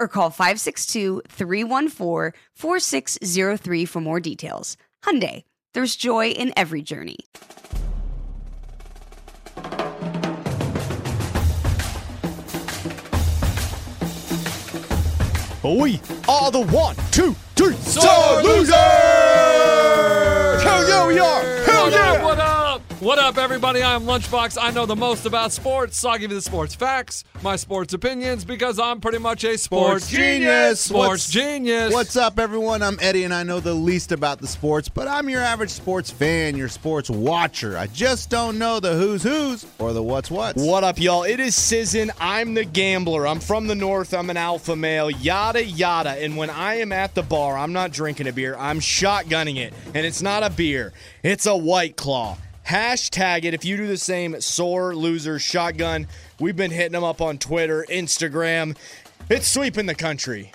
or call 562-314-4603 for more details. Hyundai, there's joy in every journey. We are the one, two, three, Sore sore losers! Hell yeah, we are! Hell What yeah! up, what up? What up, everybody? I'm Lunchbox. I know the most about sports, so I'll give you the sports facts, my sports opinions, because I'm pretty much a sports, Sports What's- genius. What's up, everyone? I'm Eddie, and I know the least about the sports, but I'm your average sports fan, your sports watcher. I just don't know the who's who's or the what's what's. What up, y'all? It is Sizzin. I'm the gambler. I'm from the north. I'm an alpha male. Yada yada. And when I am at the bar, I'm not drinking a beer. I'm shotgunning it, and it's not a beer. It's a white claw. Hashtag it if you do the same. Sore loser shotgun. We've been hitting them up on Twitter, Instagram. It's sweeping the country.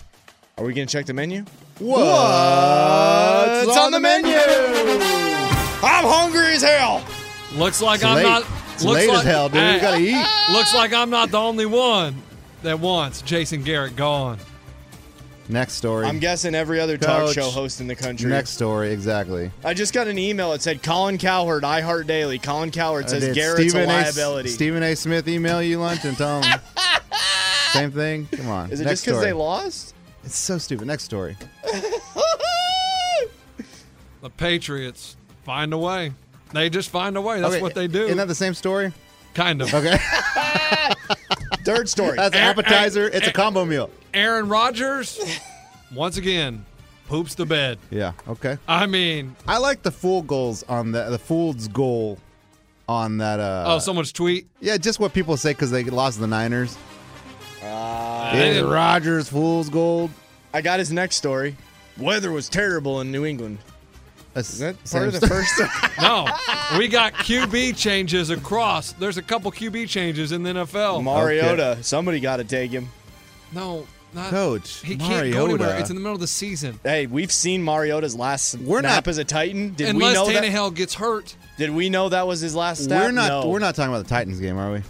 Are we gonna check the menu? What's, What's on the menu? I'm hungry as hell. Looks like It's I'm late. not. It's looks late like, as hell, dude. Hey, We gotta eat. Looks like I'm not the only one that wants Jason Garrett gone. Next story. I'm guessing every other talk Coach. show host in the country. Next story, exactly. I just got an email that said Colin Cowherd, I Heart Daily. Colin Cowherd says Did Garrett's Stephen a S- liability. Stephen A. Smith email you lunch and tell him. Same thing? Come on. Is it just Next because story. they lost? It's so stupid. Next story. The Patriots find a way. They just find a way. That's Okay, what they do. Isn't that the same story? kind of. Okay. Third story. That's an Eh, appetizer. eh, It's a eh. combo meal. Aaron Rodgers, once again, poops the bed. Yeah. Okay. I mean, I like the fool goals on the the fool's goal on that. Uh, oh, someone's tweet. yeah, just what people say because they lost to the Niners. I Uh, Is didn't- Rogers fool's gold? I got his next story. Weather was terrible in New England. That's Is that same part of the story. first No, we got QB changes across. There's a couple QB changes in the Oh, NFL. Mariota. Somebody got to take him. no, not Coach, He can't go Mariota. anywhere. It's in the middle of the season. Hey, we've seen Mariota's last We're snap not- as a Titan. Did we Unless know that? Tannehill gets hurt. Did we know that was his last snap? We're not. No. We're not talking about the Titans game, are we?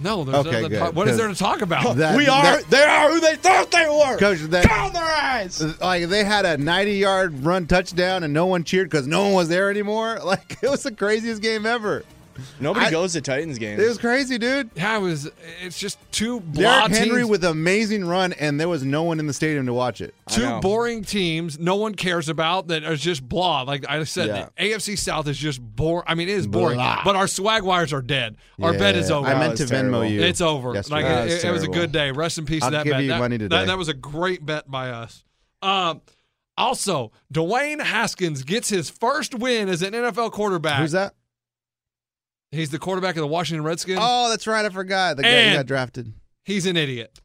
No, there's Okay, nothing good, to talk- what is there to 'cause- talk about? That- Oh, we are. that- they are who they thought they were. Coach, that- Pound their eyes. Like they had a 90-yard run touchdown and no one cheered because no one was there anymore. Like it was the craziest game ever. Nobody I- goes to Titans games. It was crazy, dude. yeah, it was. It's just two blah Derrick Henry teams, with an amazing run, and there was no one in the stadium to watch it. two know. boring teams. No one cares about that. It's just blah. Like I said, Yeah. the AFC South is just boring. I mean, it is boring. Blah. But our swag wires are dead. Our Yeah. bet is over. I That meant was to Venmo terrible. you. It's over. yesterday. Like, That was it, it was a terrible. good day. Rest in peace I'll to that give bet. you that, money that- today. that was a great bet by us. Um, also, Dwayne Haskins gets his first win as an NFL quarterback. Who's that? He's the quarterback of the Washington Redskins. Oh, that's right. I forgot. The guy who And- got drafted. He's an idiot.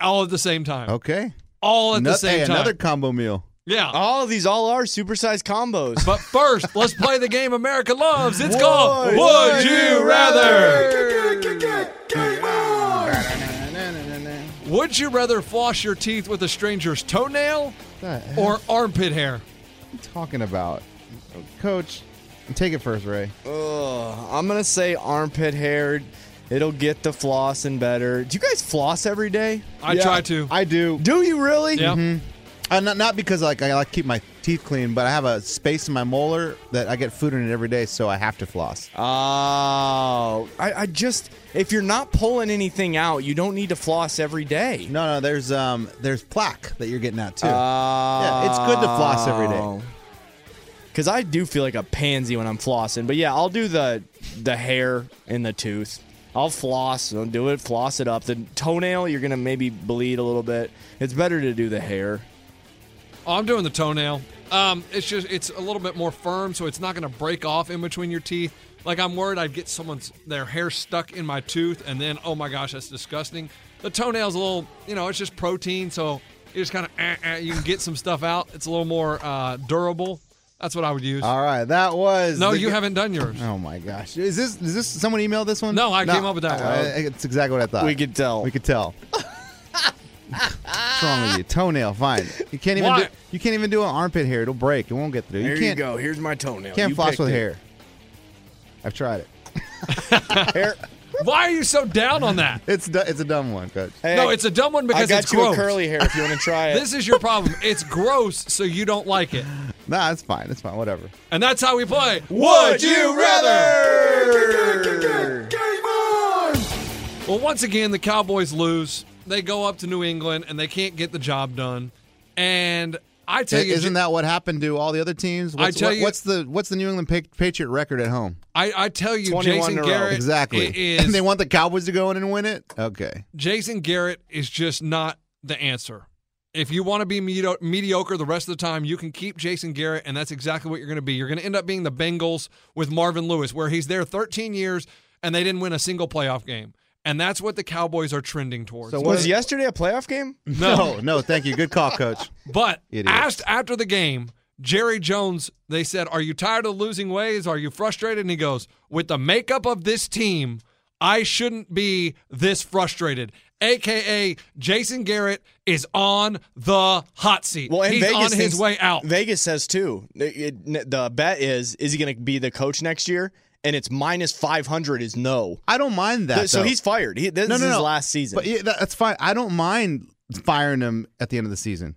All at the same time. Okay. All at Ano- the same hey, time. another Oh. combo meal. Yeah. All of these all are supersized combos. But first, let's play the game America loves. It's called Would Would You Rather? Would you rather floss your teeth with a stranger's toenail The heck or armpit hair? you talking about, Coach? Take it first, Ray. Ugh, I'm gonna say armpit hair. It'll get the flossing better. Do you guys floss every day? I try to. I do. Do you really? yeah. Uh, not, not because like I like keep my teeth clean, but I have a space in my molar that I get food in it every day, so I have to floss. Oh, I, I just if you're not pulling anything out, you don't need to floss every day. No, no, there's um, there's plaque that you're getting out too. yeah, it's good to floss every Oh. day. Cause Oh. I do feel like a pansy when I'm flossing, but yeah, I'll do the the hair and the tooth. I'll floss, I'll do it, floss it up. The toenail, you're gonna maybe bleed a little bit. It's better to do the hair. Oh, I'm doing the toenail. Um, it's just it's a little bit more firm, so it's not going to break off in between your teeth. Like I'm worried I'd get someone's their hair stuck in my tooth, and then oh my gosh, that's disgusting. The toenail's a little, you know, it's just protein, so you just kind of eh, eh, you can get some stuff out. It's a little more uh, durable. That's what I would Uh, use. All right, that was no, the you g- haven't done yours. Oh my gosh! Is this is this someone emailed this one? No, I came up with that one. I- I- it's exactly what I thought. We could tell. We could tell. What's wrong with you? Toenail, fine. You can't even. Why? Do, you can't even do an armpit hair. It'll break. It won't get through. There you, can't, go. Here's my toenail. Can't You floss picked with it. hair. I've tried it. Hair. Why are you so down on that? It's du- it's a dumb one, coach. Hey, No, it's a dumb one I because got it's you gross. a curly hair if you want to try it. This is your problem. It's gross, so you don't like it, Nah, it's fine. It's fine. Whatever. and that's how we play. Would you rather? Well, once again, the Cowboys lose. They go up to New England and they can't get the job done. And I tell you, Isn't that what happened to all the other teams? What's, tell what- you- what's the what's the New England Pa- Patriot record at home? I, I tell you, 21 Jason in a row. Garrett Exactly. i- is and they want the Cowboys to go in and win it. Okay. Jason Garrett is just not the answer. If you want to be medio- mediocre the rest of the time, you can keep Jason Garrett, and that's exactly what you're going to be. You're going to end up being the Bengals with Marvin Lewis, where he's there 13 years and they didn't win a single playoff game. And that's what the Cowboys are trending towards. So was yesterday a playoff game? No, Oh, no, thank you. Good call, coach. But Idiots. asked after the game, Jerry Jones, they said, Are you tired of losing ways? Are you frustrated? And he goes, With the makeup of this team, I shouldn't be this frustrated. AKA Jason Garrett is on the hot seat. Well, and He's Vegas on his thinks- way out. Vegas says too. it- it- the bet is: is he going to be the coach next year? And it's minus five hundred is no. I don't mind that. so though. he's fired. He, this is his last season. But yeah, that- that's fine. I don't mind firing him at the end of the season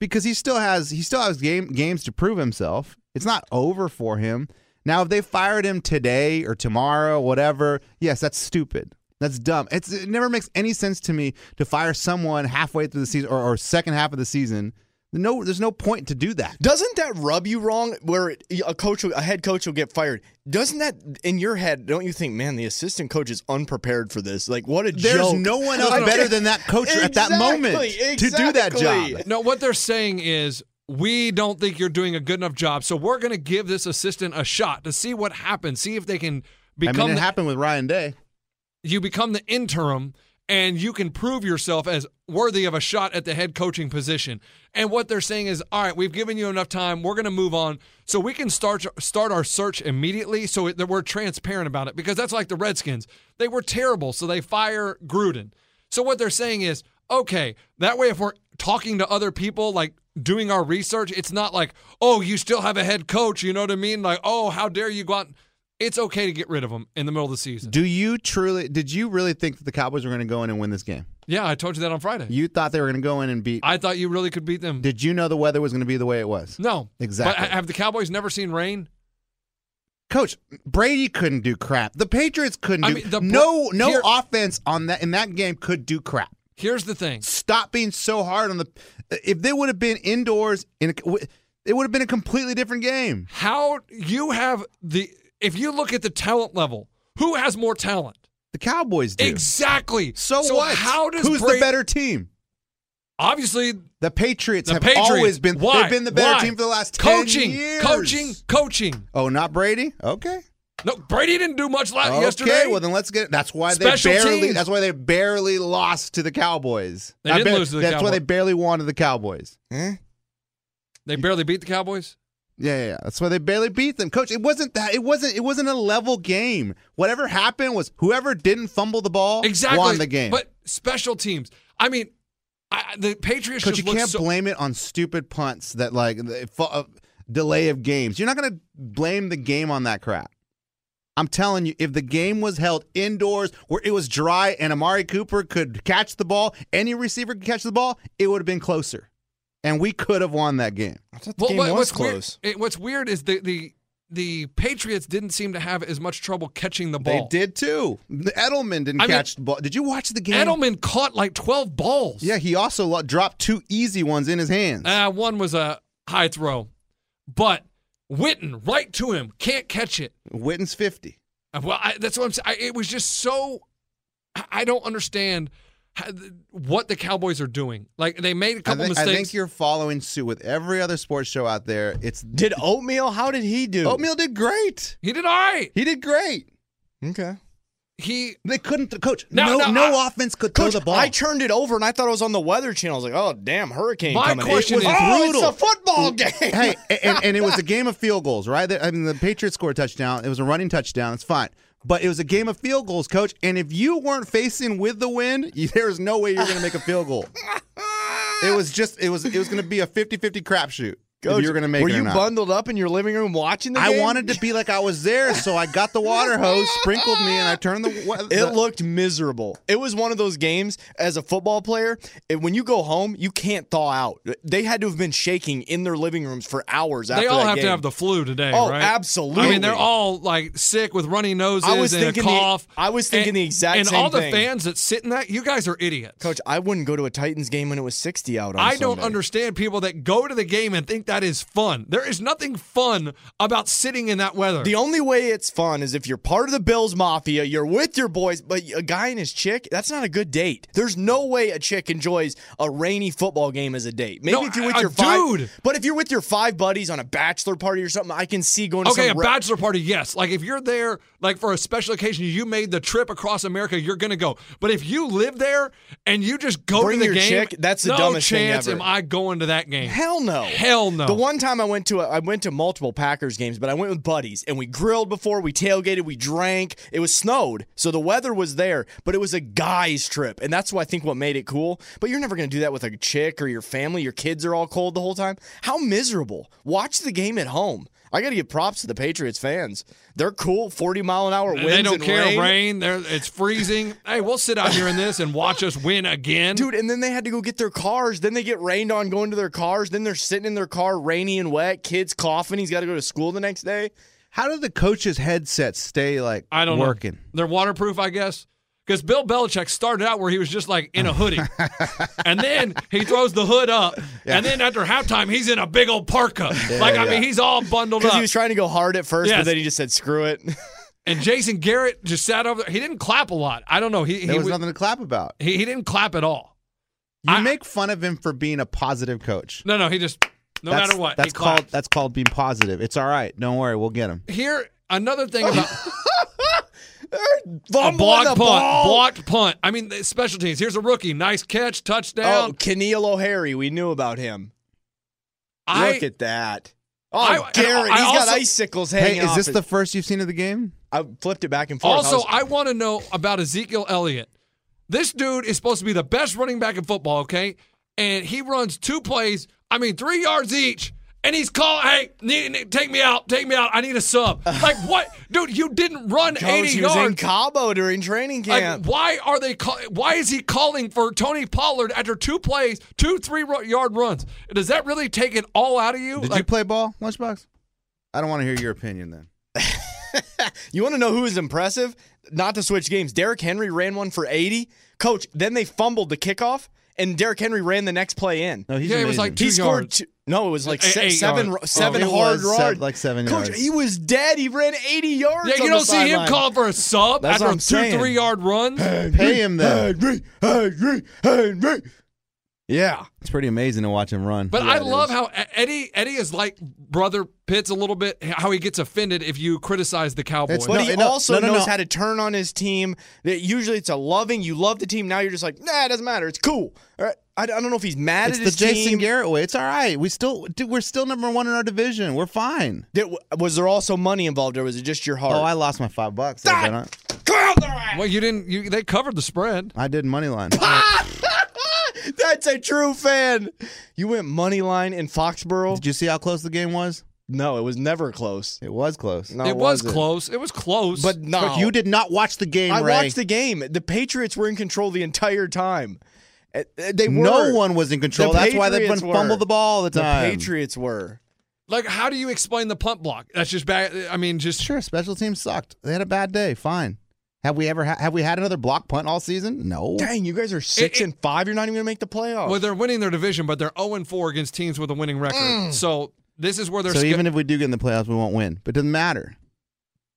because he still has he still has game games to prove himself. It's not over for him. Now, if they fired him today or tomorrow, whatever, yes, that's stupid. That's dumb. It's, it never makes any sense to me to fire someone halfway through the season or, or second half of the season. No, there's no point to do that. Doesn't that rub you wrong? Where it- a coach, will- a head coach, will get fired. Doesn't that in your head? Don't you think, man, the assistant coach is unprepared for this? Like, what a There's joke. no one else better than that coach at that moment Exactly, to do that exactly. job. No, what they're saying is we don't think you're doing a good enough job. So we're going to give this assistant a shot to see what happens, see if they can I become mean, it the- happened with Ryan Day. you become the interim and you can prove yourself as worthy of a shot at the head coaching position. And what they're saying is, all right, we've given you enough time. We're going to move on, so we can start start our search immediately, so that we're transparent about it. Because that's like the Redskins; they were terrible, so they fire Gruden. So what they're saying is, okay, that way if we're talking to other people, like doing our research, it's not like, oh, you still have a head coach. You know what I mean? Like, oh, how dare you go out? It's okay to get rid of them in the middle of the season. Do you truly? Did you really think that the Cowboys were going to go in and win this game? Yeah, I told you that on Friday. You thought they were going to go in and beat. I thought you really could beat them. did you know the weather was going to be the way it was? no, Exactly. But ha- have the Cowboys never seen rain? Coach Brady couldn't do crap. The Patriots couldn't I do. mean, the- no, no here- offense on that in that game could do crap. Here's the thing. Stop being so hard on the. If they would have been indoors, in a, it would have been a completely different game. How you have the if you look at the talent level, who has more talent? The Cowboys did. Exactly. so, what? How does who's Brady- the better team? Obviously, The Patriots the have Patriots. always been. Why? They've been the better Why? team for the last 10 coaching, years. coaching, coaching. Oh, not Brady. Okay. No, Brady didn't do much last Okay, yesterday. well then let's get. That's why they Special barely. teams. That's why they barely lost to the Cowboys. They Not didn't bar- lose to the That's why Cowboys. they barely won to the Cowboys. Huh? They barely beat the Cowboys. Yeah, yeah, yeah. That's why they barely beat them, Coach. It wasn't that. It wasn't. It wasn't a level game. Whatever happened was whoever didn't fumble the ball Exactly. won the game. But special teams. I mean, I, the Patriots Coach, just you look can't so- blame it on stupid punts that like the fu- uh, delay of games. You're not going to blame the game on that crap. I'm telling you, if the game was held indoors where it was dry and Amari Cooper could catch the ball, any receiver could catch the ball, it would have been closer, and we could have won that game. I thought the Well, game what- was what's weird- close. it- what's weird is the the the Patriots didn't seem to have as much trouble catching the They ball. did too. Edelman didn't I mean- catch the ball. Did you watch the game? Edelman caught like twelve balls. Yeah, he also lo- dropped two easy ones in his hands. Uh, one was a high throw, but Witten right to him can't catch it. Witten's 50. Uh, Well, I, that's what I'm saying. I, it was just so. I- I don't understand how, what the Cowboys are doing. Like they made a I couple think, I mistakes. think you're following suit with every other sports show out there. It's Did Oatmeal? How did he do? Oatmeal did great. he did all right. He did great. Okay. He They couldn't, coach. No, No, no, no, I- offense could Coach, throw the ball. I turned it over and I thought it was on the Weather Channel. I was like, "Oh, damn, hurricane My coming!" question it was is- brutal. Brutal. It's a football game. hey, a- and, and it was a game of field goals, right? They- I mean, the Patriots scored a touchdown. It was a running touchdown. It's fine. But it was a game of field goals, coach. And if you weren't facing with the wind, you, there is no way you're going to make a field goal. It was just, it was, it was going to be a 50 50 crapshoot. If Coach, you were going to make were it or you not. bundled up in your living room watching the I game? wanted to be like I was there, so I got the water hose, sprinkled me, and I turned the. wa- It the looked miserable. It was one of those games as a football player. It, when you go home, you can't thaw out. They had to have been shaking in their living rooms for hours. After they all that have game. to have the flu today, Oh, right? absolutely. I mean, they're all like sick with runny noses I was and a thinking the- cough. I was thinking And- the exact and same all the thing. fans that sit in that, you guys are idiots. Coach, I wouldn't go to a Titans game when it was sixty out. On I don't Sunday. understand people that go to the game and think that is fun. There is nothing fun about sitting in that weather. The only way it's fun is if you're part of the Bills Mafia, you're with your boys, but a guy and his chick, that's not a good date. There's no way a chick enjoys a rainy football game as a date. Maybe No, if you're with a- a your five, dude. but if you're with your five buddies on a bachelor party or something, I can see going to Okay, a some ra- bachelor party, yes. Like if you're there, like for a special occasion, you made the trip across America, you're gonna go. But if you live there and you just go Bring to the your game, chick, that's the no dumbest thing chance ever. am I going to that game. Hell no. Hell no. The one time I went to a, I went to multiple Packers games, but I went with buddies and we grilled before, we tailgated, we drank. It was snowed, so the weather was there, but it was a guys trip, and that's what I think what made it cool. But you're never going to do that with a chick or your family. Your kids are all cold the whole time. How miserable. Watch the game at home. I got to give props to the Patriots fans. They're cool. 40 mile an hour winds they don't and care. rain. Rain, there it's freezing. hey, we'll sit out here in this and watch us win again. Dude, and then they had to go get their cars. Then they get rained on going to their cars. Then they're sitting in their car, rainy and wet. Kids coughing. He's got to go to school the next day. how did the coach's headset stay like? I don't working. know. They're waterproof, I guess. Because Bill Belichick started out where he was just like in Oh. a hoodie, and then he throws the hood up, and then after halftime he's in a big old parka. like I mean, he's all bundled Because up. he was trying to go hard at first, Yes. but then he just said, screw it. And Jason Garrett just sat over there. He didn't clap a lot. I don't know. He There he, was wa- nothing to clap about. he he didn't clap at all. You I- make fun of him for being a positive coach. No, no. He just no that's, matter what. he That's called clapped. that's called being positive. It's all right. Don't worry, we'll get him. Here another thing Oh. about a Fumble blocked the punt. ball. Blocked punt. I mean, the special teams. Here's a rookie. Nice catch. Touchdown. Oh, Keneal O'Harry. We knew about him. I Look at that. Oh, I- and Garrett. I He's got also- icicles hanging Hey, is off this his- the first you've seen of the game? I flipped it back and forth. also was- I want to know about Ezekiel Elliott. This dude is supposed to be the best running back in football. Okay, and he runs two plays. I mean, three yards each. And he's calling, hey, need, need- take me out, take me out. I need a sub. Like, what? Dude, you didn't run Coach, 80 he was yards. in Cabo during training Like, camp. why are they? Call- why is he calling for Tony Pollard after two plays, two three-yard runs? Does that really take it all out of you? Did you Like, play ball, Lunchbox? I don't want to hear your opinion then. You want to know who is impressive? Not to switch games. Derrick Henry ran one for 80. Coach, then they fumbled the kickoff, and Derrick Henry ran the next play in. No, he's Yeah, it was amazing. like two he scored yards. two. No, it was like Eight- se- eight seven, yards. ro- seven Oh, it hard was yards. se- like seven Coach, yards. he was dead. He ran 80 yards. yeah, on you the don't see him sideline. calling for a sub That's after what I'm two saying. three-yard runs. pay him then. Henry, Henry, Henry. Yeah. It's pretty amazing to watch him run. But I love how E- Eddie Eddie is like brother Pitts a little bit. How he gets offended if you criticize the Cowboys. It's But No, he no, also no, no, knows no. how to turn on his team. That usually it's a loving, you love the team. Now you're just like, nah, it doesn't matter. It's cool. All right. I, I don't know if he's mad It's at the his Jason team. Garrett way. It's all right. We still, dude, we're still number one in our division. We're fine. Did- was there also money involved, or was it just your heart? Oh, I lost my five bucks. Ah! I did not- well, you didn't. You they covered the spread. I did money line. Ah! That's a true fan. You went money line in Foxborough. Did you see how close the game was? no, it was never close. It was close. No, it was wasn't. close. It was close. but no. Look, you did not watch the game, I Ray. watched the game. The Patriots were in control the entire time. Uh, uh, They were. No one was in control. The That's why they've been Patriots were. fumbled the ball all the The time. Patriots were. like, how do you explain the punt block? That's just bad. I mean, just Sure, special teams sucked. They had a bad day. Fine. Have we ever ha- have we had another block punt all season? No. Dang, you guys are six it- and five. You're not even gonna make the playoffs. well, they're winning their division, but they're zero four against teams with a winning record. Mm. So this is where they're. So sca- even if we do get in the playoffs, we won't win. But it doesn't matter.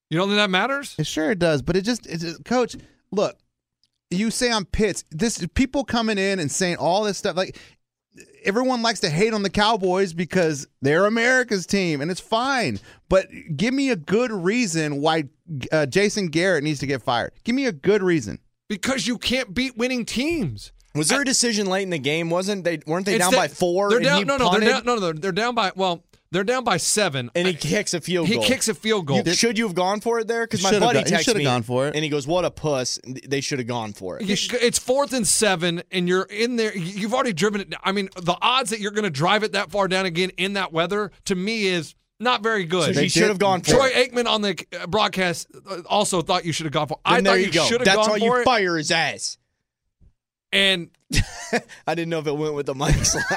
you don't think that matters? It sure does, but it just, it just coach, look, you say on Pitts, this people coming in and saying all this stuff like everyone likes to hate on the Cowboys because they're America's team and it's fine, but give me a good reason why uh, Jason Garrett needs to get fired. Give me a good reason. Because you can't beat winning teams. was there a decision late in the game? Wasn't they? Weren't they It's down that- by four? They're and down. he no, no, punted, they're down. No, no, they're- they're down by. Well, they're down by seven. And he I- kicks a field he goal. kicks a field goal. You- should you have gone for it there? Because my Should've buddy gone- you texted should've me, gone for it. and he goes, "What a puss! They should have gone for it." You- it's fourth and seven, and you're in there. you- You've already driven it. I mean, the odds that you're going to drive it that far down again in that weather to me is not very So good. he should have gone for Troy it. Aikman on the uh, broadcast uh, also thought you should have gone for. it. I And thought there you, you go. should have That's gone why for you it. fire his ass. and I didn't know if it went with the mic slap.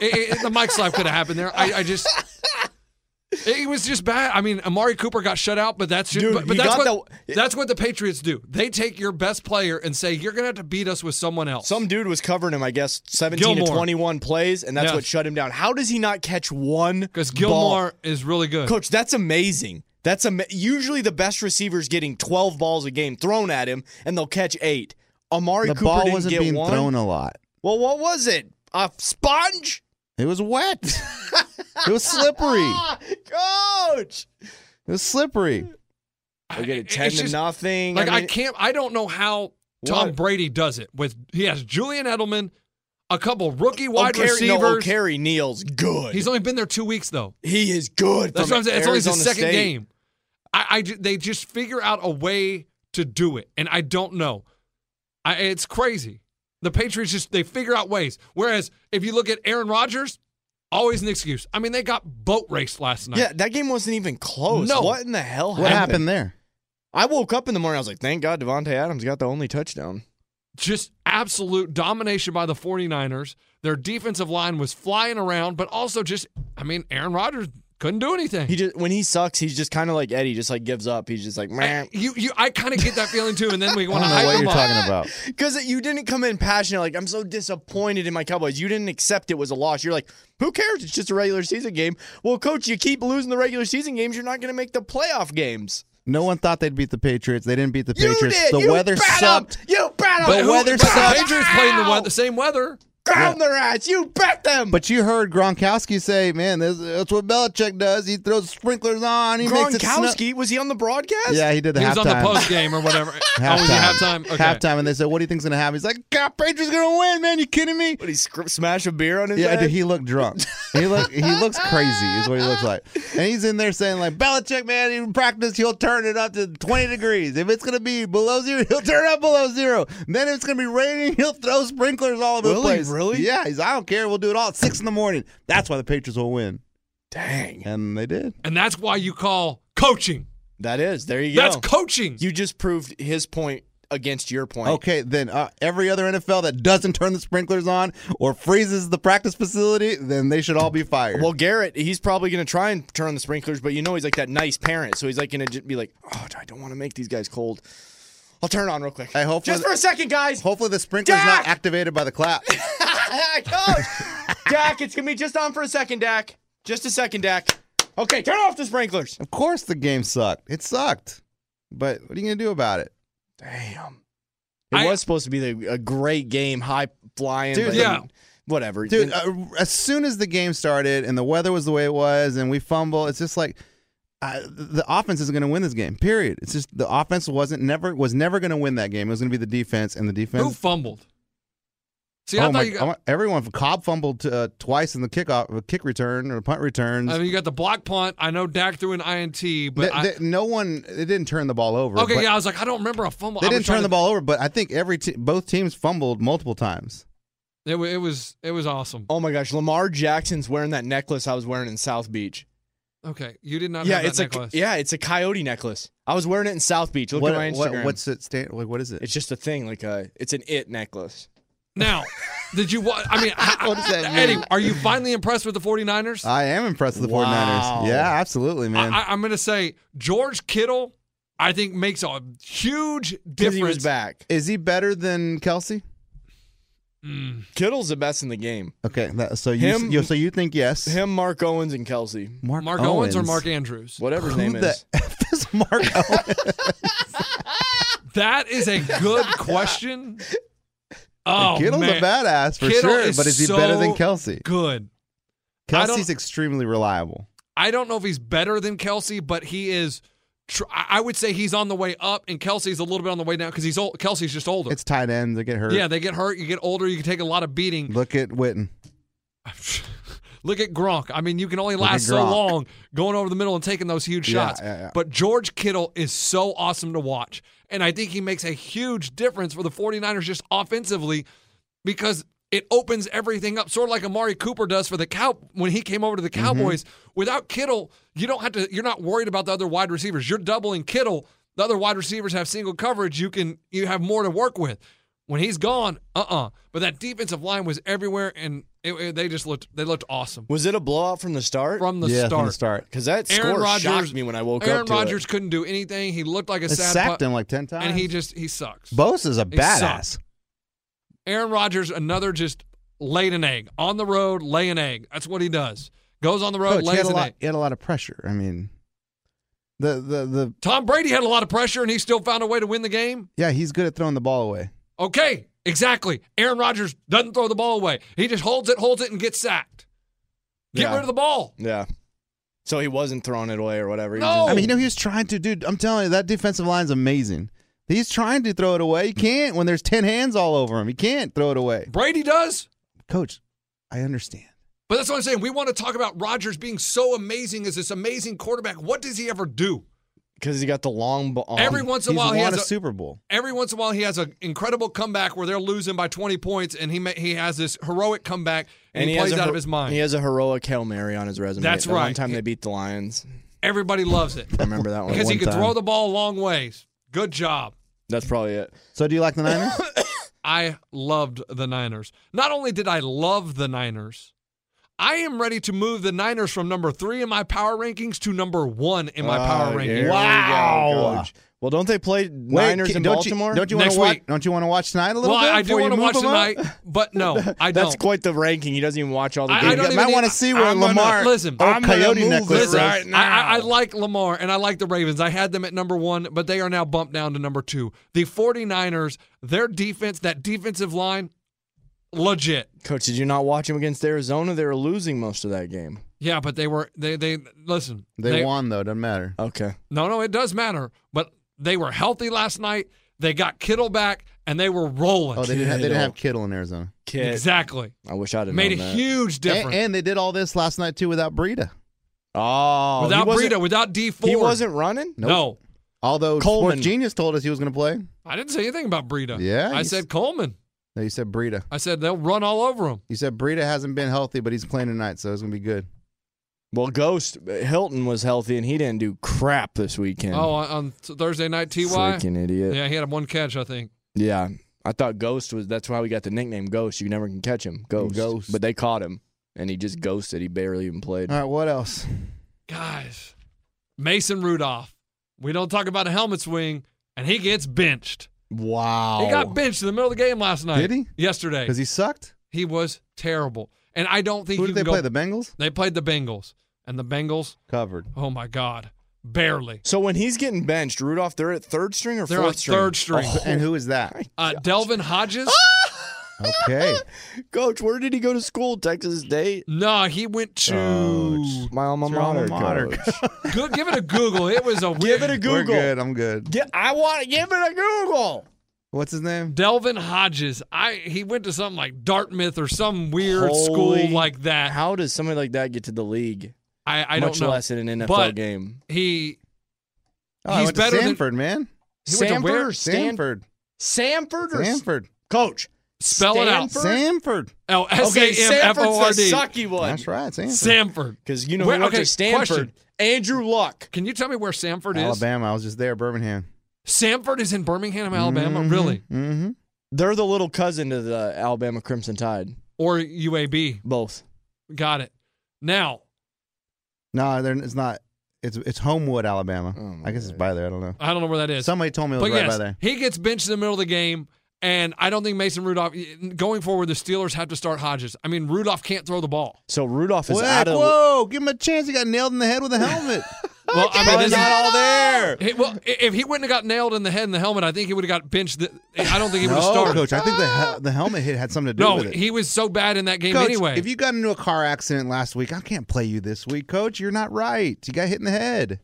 it, it- the Mike's life could have happened there. I, I just. It was just bad. I mean, Amari Cooper got shut out, but that's just, Dude, but, but you that's got what the- that's what the Patriots do. They take your best player and say you're going to have to beat us with someone else. Some dude was covering him, I guess, 17 to Gilmore. 21 plays, and that's Yes. what shut him down. How does he not catch one? because ball? Gilmore is really good. Coach, that's amazing. That's am- usually the best receiver's getting 12 balls a game thrown at him, and they'll catch eight. Amari the Cooper ball didn't wasn't get being one. thrown a lot. Well, what was it? A sponge? It was wet. it was slippery. It Ah, Coach! was slippery. They get it It's 10 to just- nothing. Like I, mean, can't. I don't know how Tom What? Brady does it. With he has Julian Edelman, a couple rookie wide O'Carry- receivers. No, O'Carry Neal's good. He's only been there two weeks though. he is good. That's from what I'm saying. It's only his Arizona second State. game. I, I ju- they just figure out a way to do it, and I don't know. I, it's crazy. The Patriots just they figure out ways. Whereas if you look at Aaron Rodgers, always an excuse. I mean, they got boat raced last night. Yeah, that game wasn't even close. No. What in the hell What happened there? I woke up in the morning. I was like, thank God Devontae Adams got the only touchdown. just absolute domination by the 49ers. Their defensive line was flying around, but also just, I mean, Aaron Rodgers couldn't do anything. He just when he sucks, he's just kind of like Eddie, just like gives up. He's just like, man, I, you, you, I kind of get that feeling too, and then we I want to don't know hype what him you're up. talking about. because you didn't come in passionate. Like I'm so disappointed in my Cowboys. You didn't accept it was a loss. You're like, who cares? It's just a regular season game. Well, coach, you keep losing the regular season games. You're not going to make the playoff games. No one thought they'd beat the Patriots. They didn't beat the You Patriots. did. The you weather bat 'em. sucked. You bet But them. The who- weather but sucked. The Patriots playing the, weather, the same weather. Ground their ass. You bet them. But you heard Gronkowski say, "Man, this, that's what Belichick does. He throws sprinklers on. He makes it snow." Gronkowski was he on the broadcast? Yeah, he did the He was on halftime. the post game or whatever. halftime. Oh, was it halftime? Okay. Halftime, and they said, "What do you think's gonna happen?" He's like, "God, Patriots gonna win, man. You kidding me?" What he scr- smash a beer on his Yeah, head? dude, he looked drunk. He look he looks crazy is what he looks like. And he's in there saying like Belichick, man, in practice he'll turn it up to twenty degrees. If it's gonna be below zero, he'll turn it up below zero. Then if it's gonna be raining, he'll throw sprinklers all over the Will he place. really? Yeah, he's I don't care, we'll do it all at six in the morning. That's why the Patriots will win. Dang. And they did. And that's why you call coaching. That is. There you That's go. coaching. you just proved his point against your point. Okay, then uh, every other NFL that doesn't turn the sprinklers on or freezes the practice facility, then they should all be fired. Well, Garrett, he's probably going to try and turn on the sprinklers, but you know he's like that nice parent, so he's like going to be like, "Oh, I don't want to make these guys cold. I'll turn it on real quick. Hey, hopefully- just for a second, guys. hopefully the sprinkler's not Dak! activated by the clap. Coach, Dak, it's going to be just on for a second, Dak. Just a second, Dak. Okay, turn off the sprinklers. Of course the game sucked. It sucked. But what are you going to do about it? Damn. It I- was supposed to be the, a great game, high flying. Dude, but yeah. then whatever. dude. Uh, as soon as the game started and the weather was the way it was, and we fumble, it's just like uh, the offense isn't going to win this game. Period. It's just the offense wasn't never was never going to win that game. It was going to be the defense and the defense. Who fumbled? See, I Oh thought my! you got. oh my- everyone Cobb fumbled uh, twice in the kickoff, uh, kick return or punt returns. I mean, you got the block punt. I know Dak threw an INT, but Th- I, th- no one. They didn't turn the ball over. okay, but yeah, I was like, I don't remember a fumble. They I was didn't trying turn the to- ball over, but I think every te- both teams fumbled multiple times. It, wa- it was it was awesome. oh my gosh, Lamar Jackson's wearing that necklace I was wearing in South Beach. Okay, you did not. Yeah, have that it's a necklace. yeah, it's a coyote necklace. I was wearing it in South Beach. Look what, at my Instagram. what- what's it stand? Like, what is it? it's just a thing, like a it's an it necklace. Now, did you? wa- I mean, What does that Eddie, mean? are you finally impressed with the 49ers? I am impressed with the Wow. 49ers. Yeah, absolutely, Ah, man. I, I, am going to say George Kittle, I think makes a huge 'Cause difference. He was back. is he better than Kelsey? Mm. Kittle's the best in the game. Okay, that, so you, Him- you so you think yes? Him, Mark Owens, and Kelsey. Mark Owens. or Mark Andrews? Oh, Whatever his Who name the is. F is Mark Owens? That is a good question. Oh, Kittle's man. a badass for Kittle sure, is but is he so better than Kelsey? Good. I don't- Kelsey's extremely reliable. I don't know if he's better than Kelsey, but he is. Tr- I I would say he's on the way up, and Kelsey's a little bit on the way down because he's old. Kelsey's just older. It's tight ends that get hurt. yeah, they get hurt. You get older. You can take a lot of beating. Look at Witten. Look at Gronk. I mean, you can only Look at last so Gronk. long going over the middle and taking those huge Yeah, shots. yeah, yeah. But George Kittle is so awesome to watch. And I think he makes a huge difference for the 49ers just offensively because it opens everything up, sort of like Amari Cooper does for the cow when he came over to the Cowboys. Without Kittle, you don't have to you're not worried about the other wide receivers. You're doubling Kittle. The other wide receivers have single coverage. You can you have more to work with. When he's gone, uh uh But that defensive line was everywhere and it, it- they just looked they looked awesome. Was it a blowout from the start? From the yeah, start. from the start. Because that Aaron score Rodgers shocked me when I woke Aaron up to Rodgers it. couldn't do anything. He looked like a It sad sacked pu- him like 10 times. and he just he sucks. Bosa's a He badass. sucked. Aaron Rodgers, another just laid an egg on the road, lay an egg. That's what he does. Goes on the road, Coach, he, lays had a an lot, egg. he had a lot of pressure. I mean, the, the, the, Tom Brady had a lot of pressure, and he still found a way to win the game. yeah, he's good at throwing the ball away. Okay, exactly. Aaron Rodgers doesn't throw the ball away. He just holds it, holds it, and gets sacked. Get Yeah. rid of the ball. Yeah. So he wasn't throwing it away or whatever. He No! I just- mean, you know, he was trying to, dude. I'm telling you, that defensive line's amazing. He's trying to throw it away. He can't when there's ten hands all over him. He can't throw it away. Brady does. Coach, I understand. But that's what I'm saying. We want to talk about Rodgers being so amazing as this amazing quarterback. What does he ever do? because he got the long um, ball. Every once in a He's while, won he has a, a- Super Bowl. every once in a while he has an incredible comeback where they're losing by 20 points and he ma- he has this heroic comeback and, he, plays has a out her- of his mind. He has a heroic hail mary on his resume. That's The One right. time they beat the Lions. Everybody loves it I remember that one. because he One can time. throw the ball a long ways. Good job. That's probably it. So, do you like the Niners? I loved the Niners. Not only did I love the Niners, I am ready to move the Niners from number 3 in my power rankings to number 1 in my power Oh, rankings. here we go, Wow. Coach. Well, don't they play Niners Wait, in don't Baltimore? You, don't you Next want to watch? week. Don't you want to watch tonight a little Well, bit? I, I do before you want to move watch them up? tonight, but no, I don't. That's quite the ranking. He doesn't even watch all the I- games. I don't You even might want need- to see where I'm gonna- Lamar listen, or I'm gonna Coyote move necklace this is. right I, I, I now. like Lamar and I like the Ravens. I had them at number one, but they are now bumped down to number two. The 49ers, their defense, that defensive line, legit. Coach, did you not watch him against Arizona? They were losing most of that game. Yeah, but they were they they listen. They, won though. Doesn't matter. Okay. No, no, it does matter. But they were healthy last night. They got Kittle back and they were rolling. Oh, they didn't, have, they didn't Kittle. have Kittle in Arizona. Kid. exactly. I wish I'd have Made a known that. huge difference. And, and they did all this last night too without Breida. Oh, without he wasn't, Breida, without D four. he wasn't running. No. Although Coleman. Sports Genius told us he was going to play. I didn't say anything about Breida. Yeah, I he's- said Coleman. No, you said Breida. I said they'll run all over him. You said Breida hasn't been healthy, but he's playing tonight, so it's going to be good. Well, Ghost Hilton was healthy and he didn't do crap this weekend. Oh, on- on Thursday night, Ty. freaking idiot. Yeah, he had one catch, I think. Yeah. I thought Ghost was that's why we got the nickname Ghost. You never can catch him. Ghost. Ghost. But they caught him and he just ghosted. He barely even played. All right, what else? Guys, Mason Rudolph. We don't talk about a helmet swing, and he gets benched. Wow. He got benched in the middle of the game last night. Oh. Did he? Yesterday. Because he sucked. He was terrible. And I don't think Who you did they can go- play? The Bengals They played the Bengals. And the Bengals, covered. oh my God, barely. So when he's getting benched, Rudolph, they're at third string Oh. or They're on fourth string? third string. And who is that? Uh, Delvin Hodges. Okay. Coach, where did he go to school? Texas State? No, he went to. My alma Your alma mater. mater, Coach. Go- give it a Google. It was a give weird. it a We're Google. good. I'm good. Get, I want to give it a Google. What's his name? Delvin Hodges. I he went to something like Dartmouth or some weird Holy- school like that. How does somebody like that get to the league? I, I Much don't know. less in an NFL But game. He Oh, I He's went to better than- Sanford, man. He went to Samford where? or Stan- Sanford. Samford or Sanford. Coach? Spell it out. Stanford? Sanford. oh S A Okay, M F O R Samford's the D. sucky one. That's right. Sanford. Samford. Because you know Where- who went okay, to Stanford? question. Andrew Luck. Can you tell me where Samford is? Alabama. I was just there. Birmingham. Samford is in Birmingham, Alabama. Mm-hmm. Mhm. Really? Mhm. They're the little cousin to the Alabama Crimson Tide. Or UAB? Both. Got it. Now No, they're, it's not. It's it's Homewood, Alabama. Oh, my I guess it's by there. I don't know. I don't know where that is. Somebody told me it was but right yes, by there. he gets benched in the middle of the game. And I don't think Mason Rudolph. Going forward, the Steelers have to start Hodges. I mean, Rudolph can't throw the ball. So Rudolph is Whoa, out of. whoa, give him a chance. He got nailed in the head with a helmet. Well, I mean, It's this is- not all there. Hey, well, i- if he wouldn't have got nailed in the head in the helmet, I think he would have got benched. The, I don't think he would have no, started. coach. I think the hel- the helmet hit had something to do no, with it. he was so bad in that game coach, anyway. if you got into a car accident last week, I can't play you this week, coach. You're not right. You got hit in the head.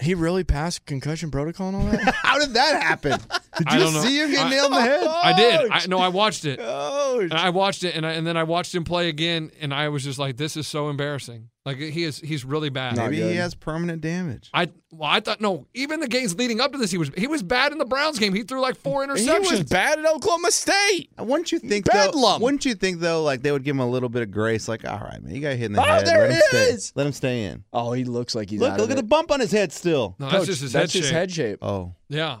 He really passed concussion protocol and all that? How did that happen? Did I you don't know. see him get I- nailed in the head? I did. I, Ah. no, I watched it. Coach. And I watched it, and I, and then I watched him play again, and I was just like, "This is so embarrassing." Like he is, he's really bad. No. Maybe good. he has permanent damage. I well, I thought no. Even the games leading up to this, he was he was bad in the Browns game. He threw like four He interceptions. was bad at Oklahoma State. Wouldn't you think Bedlam. though? Wouldn't you think though? Like they would give him a little bit of grace. Like, all right, man, you got hit in the Oh, head. there let him it stay. is. Let him stay in. Oh, he looks like he's look, look at the bump on his head still. no, that's just his head shape. shape. Oh, Yeah.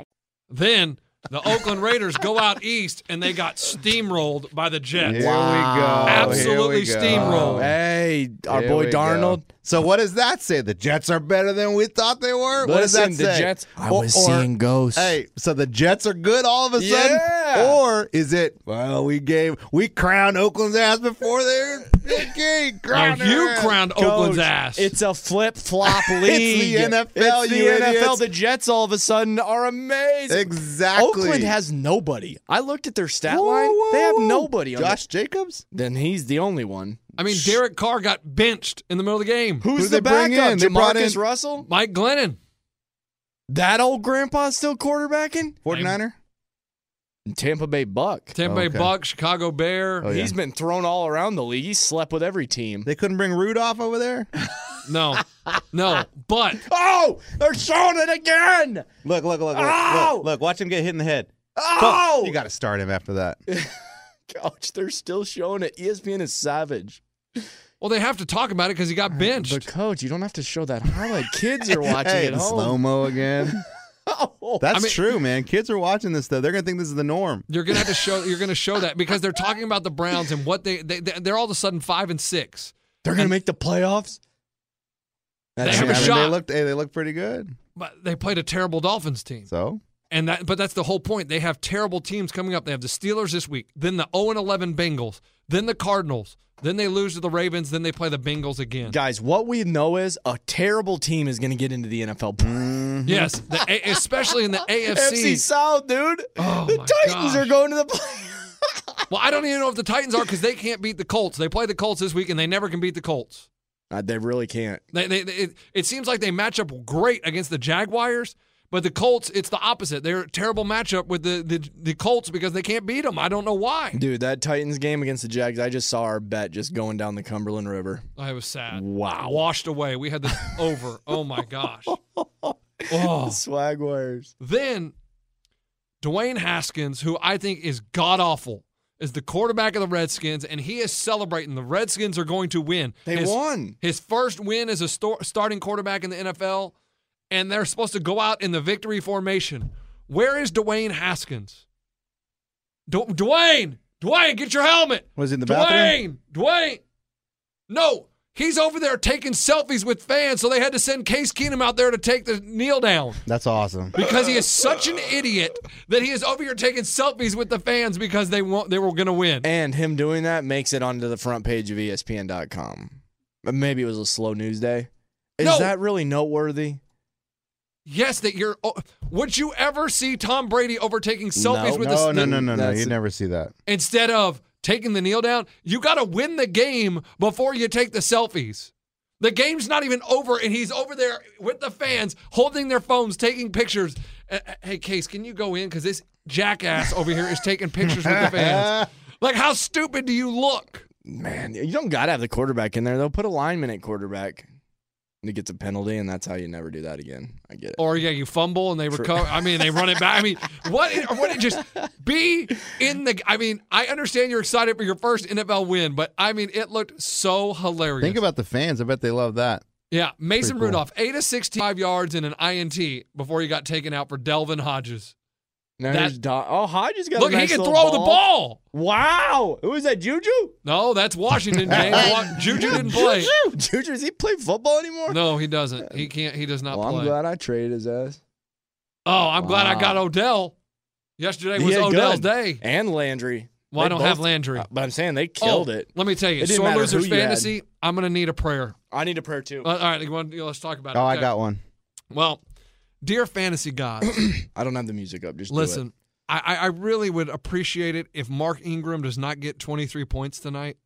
Then the Oakland Raiders go out east, and they got steamrolled by the Jets. here we go. Absolutely Here we go. steamrolled. Oh, Hey, our Here boy Oh. we Darnold. go. So what does that say? The Jets are better than we thought they were. what does that Listen, say? Oh, the Jets. I Or- was or- seeing ghosts. Hey, so the Jets are good all of a sudden, Yeah. or is it? Well, we gave we crowned Oakland's ass before they're okay. Now Crowned you their ass. crowned Coach, Oakland's ass. It's a flip flop It's the league. NFL, It's you the NFL. idiots. The Jets all of a sudden are amazing. Exactly. Oakland has nobody. I looked at their stat Whoa, line. whoa, they have whoa. nobody. On Josh Jacobs. the- then he's the only one. I mean, Derek Carr got benched in the middle of the game. Who's Who'd the they bring backup? in? They brought Jamarcus in- Russell. Mike Glennon. That old grandpa's still quarterbacking. 49er? Tampa Bay Buck. Tampa Oh, Bay okay. Buck, Chicago Bear. Oh, yeah. He's been thrown all around the league. He slept with every team. They couldn't bring Rudolph over there. No, no. But Oh, they're showing it again. Look, look, look, look, Ow! look, look. Watch him get hit in the head. Oh, You got to start him after that. Coach, they're still showing it. E ESPN is savage. well, they have to talk about it because he got But benched. coach, you don't have to show that highlight. Kids are watching hey, it at slow home. mo again. Oh. That's I mean- true, man. Kids are watching this stuff. They're gonna think this is the norm. You're gonna have to show. You're gonna show that because they're talking about the Browns and what they, they they're all of a sudden five and six. They're gonna make the playoffs. They I have mean, a I mean, shot. They looked. Hey, they looked pretty good. But they played a terrible Dolphins team. So And that, but that's the whole point. They have terrible teams coming up. They have the Steelers this week, then the 0 11 Bengals, then the Cardinals, then they lose to the Ravens, then they play the Bengals again. Guys, what we know is a terrible team is going to get into the NFL. Yes, the A- especially in the FC AFC. South, dude. Oh the my Titans gosh. are going to the play. Well, I don't even know if the Titans are because they can't beat the Colts. They play the Colts this week and they never can beat the Colts. Uh, they really can't. They, they, they- it, it seems like they match up great against the Jaguars, but the Colts, it's the opposite. They're a terrible matchup with the, the, the Colts because they can't beat them. I don't know why. Dude, that Titans game against the Jags, I just saw our bet just going down the Cumberland River. I was sad. Wow. Washed away. We had this over. Oh my gosh. The Oh. Swag wires. Then Dwayne Haskins, who I think is god awful, is the quarterback of the Redskins, and he is celebrating. The Redskins are going to win. They His- won. His first win as a stor- starting quarterback in the NFL, and they're supposed to go out in the victory formation. Where is Dwayne Haskins? Du- Dwayne, Dwayne, get your helmet. Was he in the Dwayne, Dwayne. No, he's over there taking selfies with fans, so they had to send Case Keenum out there to take the kneel down That's awesome. because he is such an idiot that he is over here taking selfies with the fans because they want they were going to win. And him doing that makes it onto the front page of E ESPN.com. But Maybe it was a slow news day. Is No. that really noteworthy? Yes, that you're. Oh, would you ever see Tom Brady overtaking selfies No. with No, the no, no, no, no. That's- You never see that. instead of taking the kneel down? You got to win the game before you take the selfies. The game's not even over, and he's over there with the fans, holding their phones, taking pictures. Uh, uh, hey, Case, can you go in? Because this jackass over here is taking pictures with the fans. Ah! Like, how stupid do you look? Man, you don't got to have the quarterback in there, though. Put a lineman at quarterback. And he gets a penalty, and that's how you never do that again. I get it. Or yeah, you fumble and they recover. I mean, they run it back. I mean, what? Or what? Just be in the. I mean, I understand you're excited for your first NFL win, but I mean, it looked so hilarious. Think about the fans. I bet they love that. yeah, Mason Pretty cool. Rudolph, eight of sixty-five yards in an INT before he got taken out for Delvin Hodges. Now That- here's Don- oh, Hodges got a Look, he nice can little throw the ball. Wow. Who is that, Juju? No, that's Washington. James Wa- Juju didn't play. Juju. Juju, does he play football anymore? No, he doesn't. He can't. He does not Well, play. I'm glad I traded his ass. oh, I'm glad I Wow. got Odell. Yesterday He was had Odell's Gunn day. And Landry. Well, I They don't have both- Landry. Uh, But I'm saying they killed Oh, it. Let me tell you, It didn't sore matter losers who you had. fantasy. I'm gonna need a prayer. I need a prayer too. Uh, all right, you want, let's talk about it. Oh, I Okay. got one. Well, dear fantasy gods, I don't have the music up. Just do it. listen, I, I I really would appreciate it if Mark Ingram does not get 23 points tonight.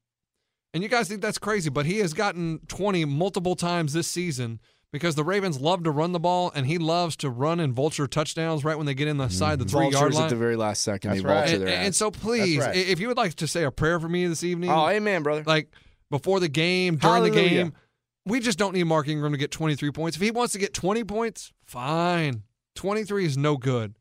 And you guys think that's crazy, but he has gotten 20 multiple times this season because the Ravens love to run the ball, and he loves to run and vulture touchdowns right when they get in the side of the three Mm-hmm. yard Vultures line. at the very last second. That's they right. vulture and, their and ass. so, please, right. i- if you would like to say a prayer for me this evening, oh, amen, brother. like before the game, during the Hallelujah. game. We just don't need Mark Ingram to get 23 points. If he wants to get 20 points, fine. 23 is no good.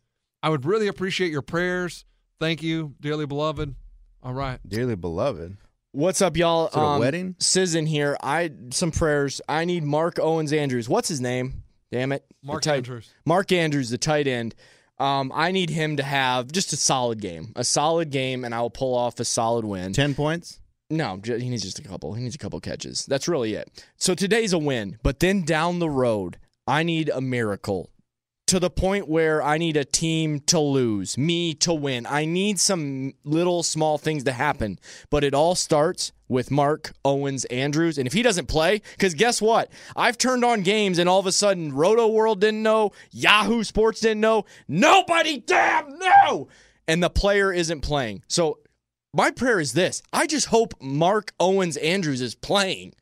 I would really appreciate your prayers. Thank you, dearly beloved. All right. Dearly beloved. What's up, y'all? Um, Is it a wedding? Sizzin here. I some prayers. I need Mark Owens Andrews. What's his name? Damn it, The Mark tight- Andrews. Mark Andrews, the tight end. Um, I need him to have just a solid game, a solid game, and I will pull off a solid win. Ten points. No, ju- he needs just a couple. He needs a couple catches. That's really it. So today's a win, but then down the road, I need a miracle to the point where I need a team to lose, me to win. I need some little small things to happen, but it all starts with Mark Owens Andrews. And if he doesn't play, because guess what? I've turned on games and all of a sudden Roto World didn't know, Yahoo Sports didn't know, nobody damn no. And the player isn't playing. So my prayer is this I just hope Mark Owens Andrews is playing.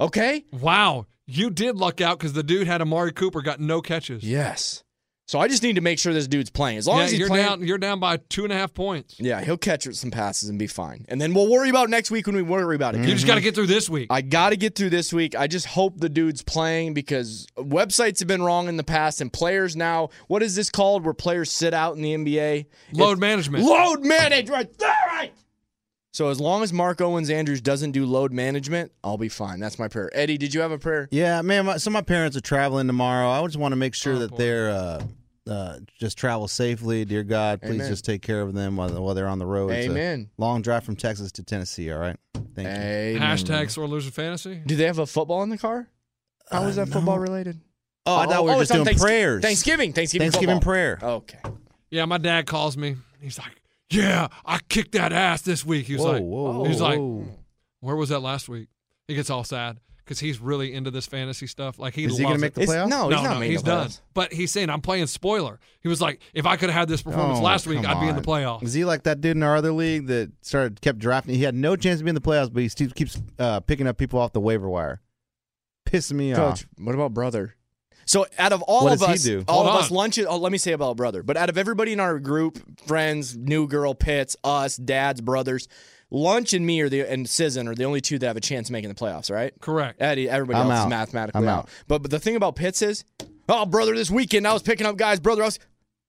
Okay? Wow. You did luck out because the dude had Amari Cooper, got no catches. Yes. So I just need to make sure this dude's playing. As long Yeah, as he's you're playing. down. You're down by two and a half points. Yeah, he'll catch some passes and be fine. And then we'll worry about next week when we worry about it. You just got to get through this week. Mm-hmm. I got to get through this week. I just hope the dude's playing because websites have been wrong in the past and players now. What is this called where players sit out in the NBA? Load management. Load manage right there, right? So as long as Mark Owens Andrews doesn't do load management, I'll be fine. That's my prayer. Eddie, did you have a prayer? Yeah, man. My, so my parents are traveling tomorrow. I just want to make sure Oh, that boy. they're uh, uh, just travel safely. Dear God, please Amen. just take care of them while, while they're on the road. It's a Amen. long drive from Texas to Tennessee. All right. Thank you. Amen. Hashtag sore loser fantasy. Do they have a football in the car? How Uh, is that football no. related? Oh, I thought we were oh, it's just on doing Thanksgi- prayers. Thanksgiving, Thanksgiving, Thanksgiving football. prayer. Okay. Yeah, my dad calls me. He's like, "Yeah, I kicked that ass this week." He was Whoa, like, whoa, "He's whoa, like, whoa. where was that last week?" He gets all sad because he's really into this fantasy stuff. Like he Is he going gonna make the It's- playoffs? no, no, he's not no, making he's the done. playoffs. But he's saying, "I'm playing spoiler." He was like, "If I could have had this performance Oh, last week, come I'd be in the on. playoffs." Is he like that dude in our other league that started kept drafting? He had no chance to be in the playoffs, but he still keeps uh, picking up people off the waiver wire. Pissing me Coach, off. what about brother? So out of all What of does he us, do? all Hold of on. us lunches. Oh, let me say about brother. But out of everybody in our group, friends, new girl, pits, us, dads, brothers, lunch and me are the and Sizzon are the only two that have a chance of making the playoffs. Right? Correct. Eddie, everybody I'm else out. is mathematically I'm out. out. But, but the thing about Pitts is, oh brother, this weekend I was picking up guys. Brother, I was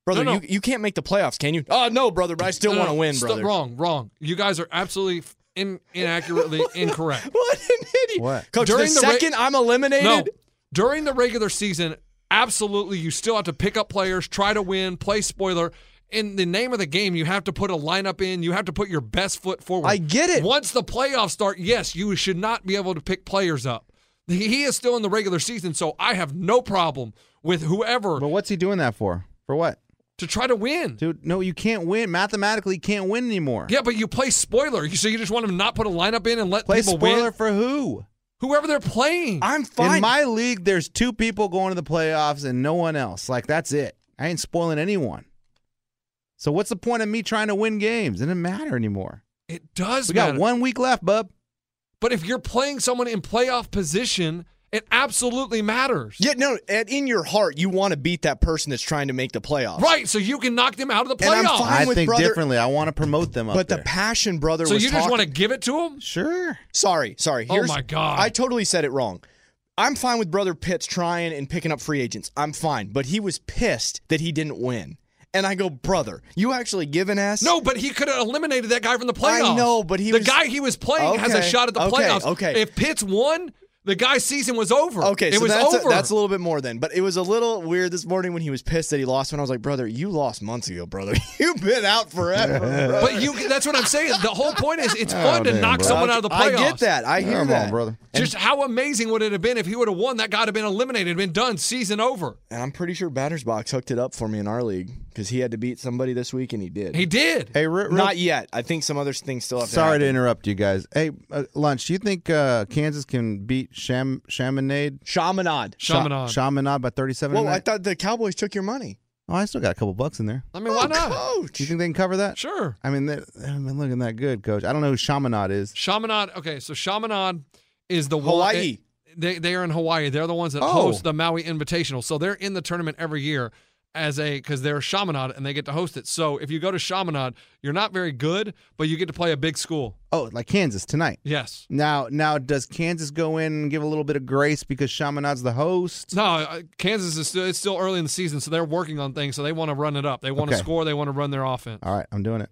brother. No, no. You, you can't make the playoffs, can you? Oh no, brother. But I still No, want to no, win, Uh, st- brother. Wrong, wrong. You guys are absolutely f- in, inaccurately incorrect. What an idiot! What? Coach? During the, the ra- second I'm eliminated. No, during the regular season, absolutely, you still have to pick up players, try to win, play spoiler. In the name of the game, you have to put a lineup in. You have to put your best foot forward. I get it. Once the playoffs start, yes, you should not be able to pick players up. He he is still in the regular season, so I have no problem with whoever But what's he doing that for? For what? to try to win. Dude, no, you can't win. Mathematically, you can't win anymore. Yeah, but you play spoiler, so you just want to not put a lineup in and let Play people spoiler win for who? whoever they're playing. I'm fine. In my league, there's two people going to the playoffs and no one else. Like that's it. I ain't spoiling anyone. So what's the point of me trying to win games? It doesn't matter anymore. it does. We got matter. one week left, bub. But if you're playing someone in playoff position, it absolutely matters. Yeah, no, and in your heart, you want to beat that person that's trying to make the playoffs. Right. So you can knock them out of the And I'm playoff. fine I with think brother- differently. I want to promote them up But the there. passion, brother, So was you just talking- want to give it to them? sure. Sorry, sorry. Oh Here's- my God. I totally said it wrong. I'm fine with brother Pitts trying and picking up free agents. I'm fine, but he was pissed that he didn't win. And I go, brother, you actually give an ass? No, but he could have eliminated that guy from the I playoffs. know, but he the was- guy he was playing has a Okay, shot at the okay, playoffs. okay. If Pitts won, the guy's season was over. Okay, it so was that's over. A, that's a little bit more then, but it was a little weird this morning when he was pissed that he lost. When I was like, brother, you lost months ago, brother. You've been out forever. brother. but you—that's what I'm saying. The whole point is, it's fun to damn, knock bro. someone out of the playoffs. Oh, I get that. I hear Come that, on, brother. Just how amazing would it have been if he would have won? That guy would have been eliminated, been done, season over. And I'm pretty sure Batters Box hooked it up for me in our league because he had to beat somebody this week, and he did. He did. Hey, re- real- Not yet. I think some other things still have to sorry to happen. interrupt you guys. Hey, uh, lunch. Do you think uh, Kansas can beat Sham Shamanade? Shamanad. Sha- Shamanad. Shamanad by thirty-seven. Whoa, tonight? I thought the Cowboys took your money. oh, I still got a couple bucks in there. I mean, Oh, why not? Coach. Do you think they can cover that? Sure. I mean, they they haven't been looking that good, Coach. I don't know who Shamanad is. Shamanad. Okay, so Shamanad is the one. Hawaii. They they are in Hawaii. They're the ones that Oh. host the Maui Invitational. So they're in the tournament every year as a because they're Shamanad and they get to host it. So if you go to Shamanad, you're not very good, but you get to play a big school. Oh, like Kansas tonight. Yes. Now, now, does Kansas go in and give a little bit of grace because Shamanad's the host? No, uh, Kansas is still it's still early in the season, so they're working on things. So they want to run it up. They want to Okay. score. They want to run their offense. All right, I'm doing it.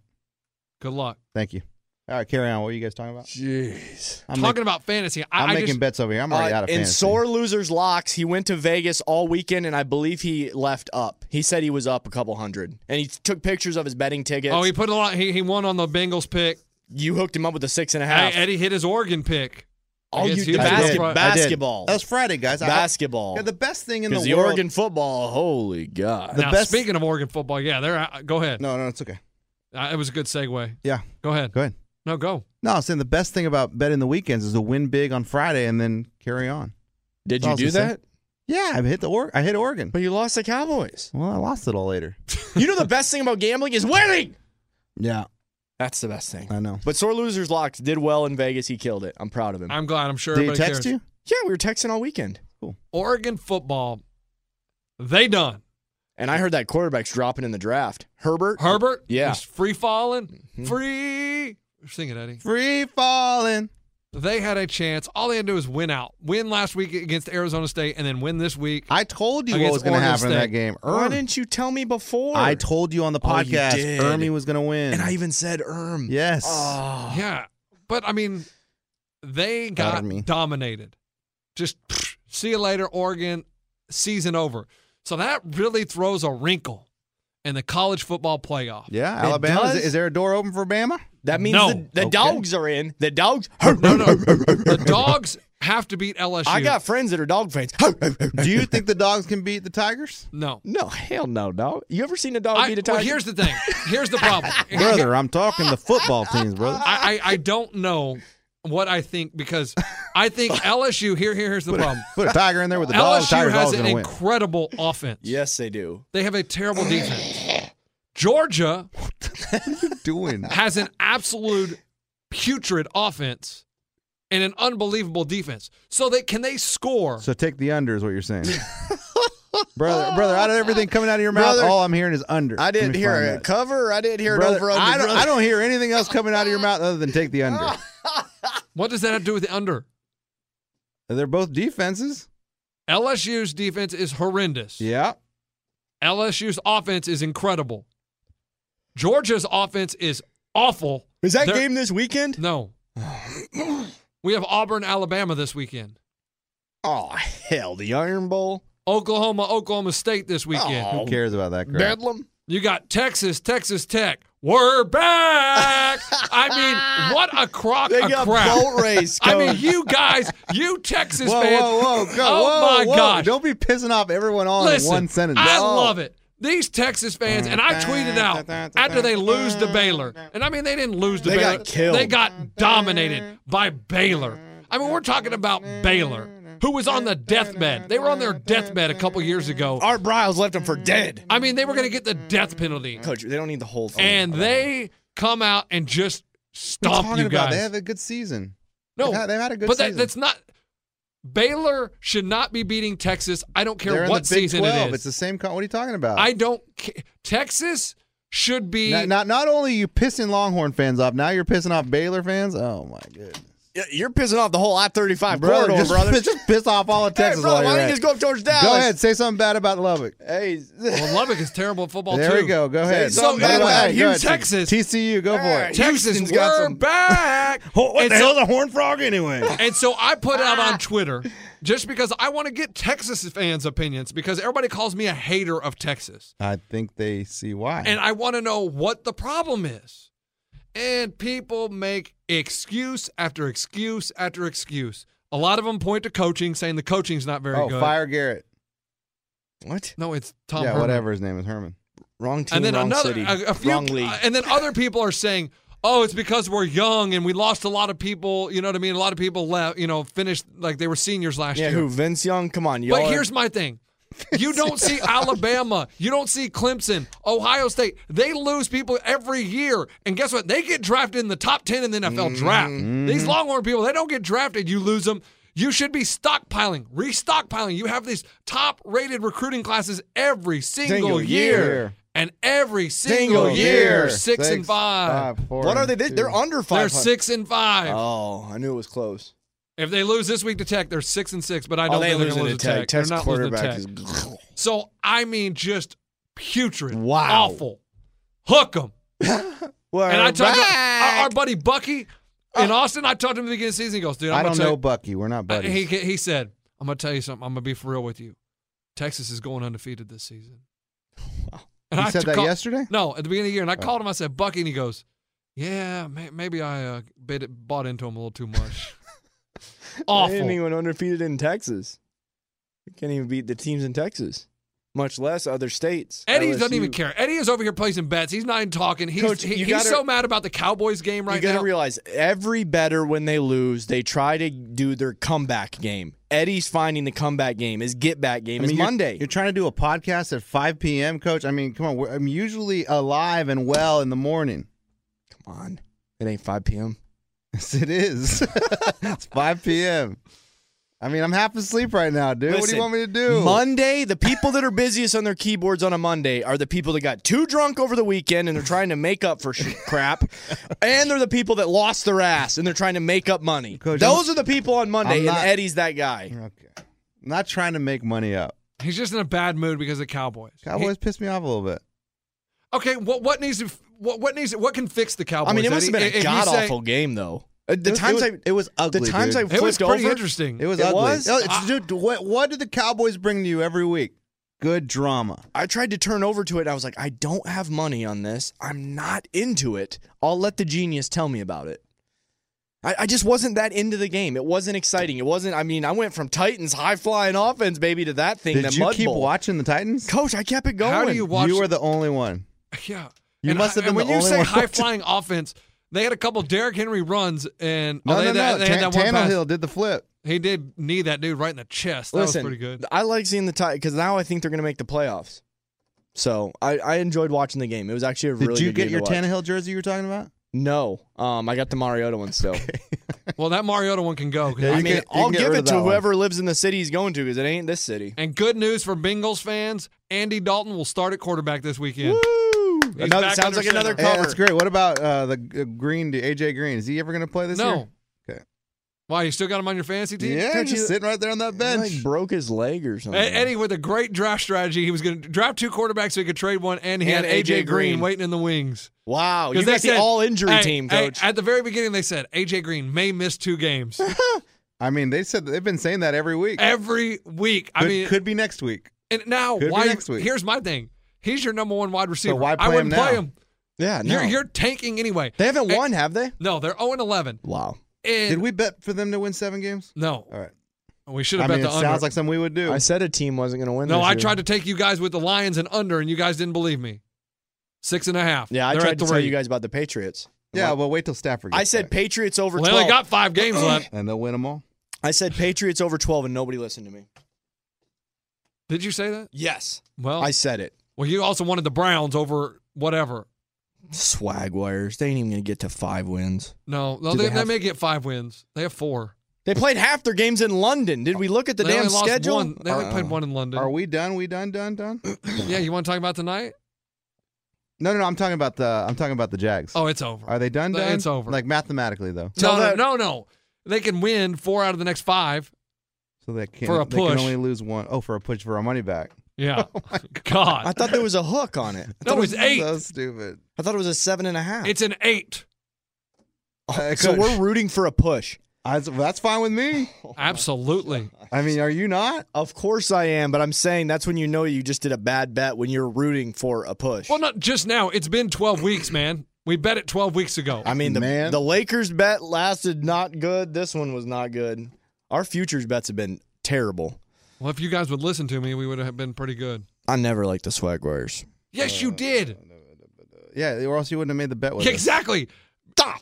Good luck. Thank you. All right, carry on. What are you guys talking about? Jeez. I'm, Talking making- about fantasy, I, I'm I making just, bets over here. I'm already out of in fantasy. sore losers locks, he went to Vegas all weekend, and I believe he left up. He said he was up a couple hundred, and he took pictures of his betting tickets. Oh, he put a lot. He, he won on the Bengals pick. you hooked him up with a six and a Hey, half. Eddie hit his Oregon pick. oh, you against the Houston. I basket, did. I did. basketball, That was Friday, guys. I- basketball. yeah, the best thing in the, Because the world. Oregon football, holy god! The now, best- speaking of Oregon football, yeah, they're uh, go ahead. No, no, it's okay. Uh, it was a good segue. Yeah, Go ahead. go ahead. No, go. No, I'm saying the best thing about betting the weekends is to win big on Friday and then carry on. Did That's all I you was do gonna that? say. Yeah, I hit the or- I hit Oregon. But you lost the Cowboys. Well, I lost it all later. you know the best thing about gambling is winning. Yeah, That's the best thing. I know. But sore losers locked did well in Vegas. He killed it. I'm proud of him. I'm glad. I'm sure Did he everybody text cares. you? yeah, we were texting all weekend, Oregon football, they done. and I heard that quarterback's dropping in the draft. Herbert. Herbert, Yeah. is free falling, Mm-hmm. free. Sing it, Eddie. Free falling. They had a chance. All they had to do is win out. Win last week against Arizona State, and then win this week. I told you Against what was going to Oregon happen in that State. game. Why Erm, didn't you tell me before? I told you on the Oh, you podcast, did. Ermy was going to win. and I even said Erm. yes. Oh. yeah, but I mean, they got Pardon me. dominated. Just pfft, see you later, Oregon. Season over. So that really throws a wrinkle in the college football playoff. yeah, It Alabama. Is, does. is there a door open for Bama? That means No. the, the Okay. dogs are in. The dogs. No, no. the dogs have to beat LSU. I got friends that are dog fans. Do you think the dogs can beat the Tigers? no. no, hell no, dog. You ever seen a dog I- beat a well, tiger? here's the thing. Here's the problem, Brother, I'm talking the football teams, brother. I, I I don't know what I think because I think LSU. Here here here's the problem. Put a tiger in there with the dogs. LSU Tiger's has always an going to win. incredible offense. yes, they do. They have a terrible defense. Georgia Doing has an absolute putrid offense and an unbelievable defense. So they can they score? so. Take the under is what you're saying, brother. Brother, out of everything coming out of your mouth, Brother, all I'm hearing is under. I Let didn't me hear find a that. cover. I didn't hear Brother, it over under. I don't, brother. I don't hear anything else coming out of your mouth other than take the under. what does that have to do with the under? They're both defenses. LSU's defense is horrendous. Yeah. LSU's offense is incredible. Georgia's offense is awful. Is that They're- game this weekend? No. we have Auburn, Alabama this weekend. Oh hell, the Iron Bowl. Oklahoma, Oklahoma State this weekend. Oh, Who cares about that crap? Bedlam. You got Texas, Texas Tech. We're back. I mean, what a crock They of got crap. boat race. I mean, going. you guys, you Texas Whoa, fans. whoa, whoa, go, oh whoa, my whoa. gosh. Don't be pissing off everyone all Listen, in one sentence. I Oh. love it. These Texas fans, and I tweeted out after they lose to Baylor, and I mean they didn't lose to They Baylor. got killed. They got dominated by Baylor. I mean, we're talking about Baylor, who was on the deathbed. They were on their deathbed a couple years ago. Art Briles left him for Mm. dead. I mean, they were going to get the death penalty, Oh, Coach, they don't need the whole thing. and they come out and just What are you stomp talking you about? guys. They have a good season. no, They've had- they've had a good but season. That, that's not. Baylor should not be beating Texas. I don't care They're in what the Big season 12. it is. It's the same. Co- what are you talking about? I don't. Ca- Texas should be. Not, not not only are you pissing Longhorn fans off, now you're pissing off Baylor fans. Oh my goodness, Y- you're pissing off the whole I-35 corridor, just, brother. just piss off all of Texas. hey, brother, while why you're don't you at it. just go up towards Dallas? Go ahead, say something bad about Lubbock. Hey, Well, Lubbock is terrible at football there too. we go. Go ahead. something By the bad way, about hey, go you, ahead, Texas. TCU, go for Hey. it. Texas, Houston's got we're some- back. and, so, a horn frog anyway? and so I put out Ah. on Twitter just because I want to get Texas fans' opinions because everybody calls me a hater of Texas, I think they see why. and I want to know what the problem is. And people make excuse after excuse after excuse. A lot of them point to coaching, saying the coaching's not very oh, good. fire Garrett. what? No, it's Tom. yeah, Herman. whatever his name is, Herman. Wrong team, and then wrong another city, a, a few uh, wrong league. and then other people are saying oh it's because we're young and we lost a lot of people you know what i mean a lot of people left you know finished like they were seniors last yeah, year who? Vince Young? Come on, y'all. but are- here's my thing you don't see alabama you don't see clemson ohio state they lose people every year and guess what they get drafted in the top 10 in the nfl Mm-hmm. draft these longhorn people they don't get drafted you lose them you should be stockpiling, restockpiling. You have these top-rated recruiting classes every single, Single year. and every Oh, single Single year, year. six and five. what are they? They- They're under They're five. six and five. Oh, I knew it was close. if they lose this week to Tech, they're six and six. But I oh, don't they think they're losing going to to Tech. lose to Tech. They're Tech's not losing to quarterback is. Tech. So I mean, just putrid, Wow. awful. Hook them. And I talked to our, our buddy Bucky in Austin. I talked to him at the beginning of the season. He goes, "Dude, I'm I gonna don't tell know you- Bucky. We're not I- buddies. he he said, "I'm going to tell you something. I'm going to be for real with you. Texas is going undefeated this season." And You I said that call- yesterday? Oh. No, at the beginning of the year, and I called him. I said, "Bucky," and he goes, "Yeah, may, maybe I uh, bit it, bought into him a little too much." Awful. Anyone undefeated in Texas? You can't even beat the teams in Texas, much less other states. Eddie LSU. doesn't even care. Eddie is over here placing bets. He's not even talking. He's Coach, he- you he's gotta- so mad about the Cowboys game right you gotta now. realize every better when they lose, they try to do their comeback game. Eddie's finding the comeback game. His get back game is you're- Monday. You're, trying to do a podcast at 5 p.m., Coach. I mean, come on. We're, I'm usually alive and well in the morning. Come on, it ain't 5 p.m. Yes, it is. it's 5 p.m. I mean, I'm half asleep right now, dude. what do Listen, you want me to do? Monday, the people that are busiest on their keyboards on a Monday are the people that got too drunk over the weekend and they're trying to make up for sh- crap, and they're the people that lost their ass and they're trying to make up money. Coach, Those are the people on Monday, I'm not- and Eddie's that guy. Okay. I'm not trying to make money up. he's just in a bad mood because of the Cowboys. Cowboys pissed me off a little bit. He- okay, what what needs to f- what what needs what can fix the Cowboys? I mean, it must have Eddie? been If- a if you god say- awful game though. Uh, The It was- times it I was, it was ugly. the times dude. I It was flipped pretty over. interesting. It was It ugly. was? Ah. No, it's- I- dude, what, what do the Cowboys bring to you every week? Good drama. I tried to turn over to it. And I was like, I don't have money on this. I'm not into it. I'll let the genius tell me about it. I, I just wasn't that into the game. It wasn't exciting. It wasn't. I mean, I went from Titans high flying offense, baby, to that thing. Did that you Mud keep Bowl. watching the Titans? Coach, I kept it going. How do you watch? You were the only one. yeah. you and must I- have been and when the you only say one high watching. flying offense, they had a couple Derrick Henry runs and No, oh, they no, had that- no. they had Tan- that one pass. Tannehill did the flip. He did knee that dude right in the chest. That Listen, was pretty good. I like seeing the Titans because now I think they're going to make the playoffs. So I, I enjoyed watching the game. It was actually a Did really. you good get game your to watch. Tannehill jersey you were talking about? No, um, I got the Mariota one still. Well, that Mariota one can go. 'cause Yeah, I you I mean- can- mean, you I'll get give rid it of to that one. whoever lives in the city he's going to because it ain't this city. and good news for Bengals fans: Andy Dalton will start at quarterback this weekend. He's Another- back sounds under like another center. Yeah, Cover. that's great. What about uh, the uh, Green AJ Green? Is he ever going to play this No. year? Okay. Why you still got him on your fantasy team? year? Yeah, Coach, just you- sitting right there on that bench. He, like broke his leg or E- something. Eddie with a great draft strategy. He was going to draft two quarterbacks so he could trade one, and he And had AJ, AJ Green Green. waiting in the wings. wow, you Because they got the said, all injury "Hey, team, hey," coach. at the very beginning, they said AJ Green may miss two games I mean, they said they've been saying that every week. every week. Eh, I could, mean, could be next week. and now could be why? next week. Here's my thing. He's your number one wide receiver. why play I him wouldn't play now? him. yeah, no, You're, you're tanking anyway. they haven't Eh, won, have they? No, they're 0 and 11. Wow, And Did we bet for them to win seven games? No, All right. we should I have bet mean, it the under. sounds like something we would do. I said a team wasn't going to win. no, this I year. tried to take you guys with the Lions and under, and you guys didn't believe me. Six and a half. Yeah, I They're tried at to three. tell you guys about the Patriots. yeah, well, wait till Stafford. Gets I said back. Patriots over Well, they twelve. only got five games left. and they'll win them all. I said Patriots over twelve, and nobody listened to me. Did you say that? Yes, Well, I said it. well, you also wanted the Browns over whatever. Swag wires. They ain't even going to get to five wins. No, no, Do they, they they, have- may get five wins. They have four. They played half their games in London. Did we look at the they damn only lost schedule? One. They only Uh, played one in London. Are we done? We done? Done? Done? yeah, you want to talk about tonight? No, no, no. I'm talking about the. I'm talking about the Jags. Oh, it's over. Are they done? No, Done? it's over. Like mathematically, though, no, Tell no, that- no, no. They can win four out of the next five. so they can't. For a they can push. only lose one. Oh, for a push for our money back. Yeah. Oh God. I thought there was a hook on it. no, it's eight. So stupid. I thought it was a seven and a half. It's an eight. Uh, so coach, we're rooting for a push. I, that's fine with me. Oh Absolutely. I mean, are you not? Of course I am, but I'm saying that's when you know you just did a bad bet when you're rooting for a push. Well, not just now. It's been 12 weeks, man. We bet it 12 weeks ago. I mean, the, Man. the Lakers bet lasted not good. This one was not good. Our futures bets have been terrible. Well, if you guys would listen to me, we would have been pretty good. Uh, I never liked the swag wires. Yes, you did. Yeah, or else you wouldn't have made the bet with Yeah, us. exactly. Stop.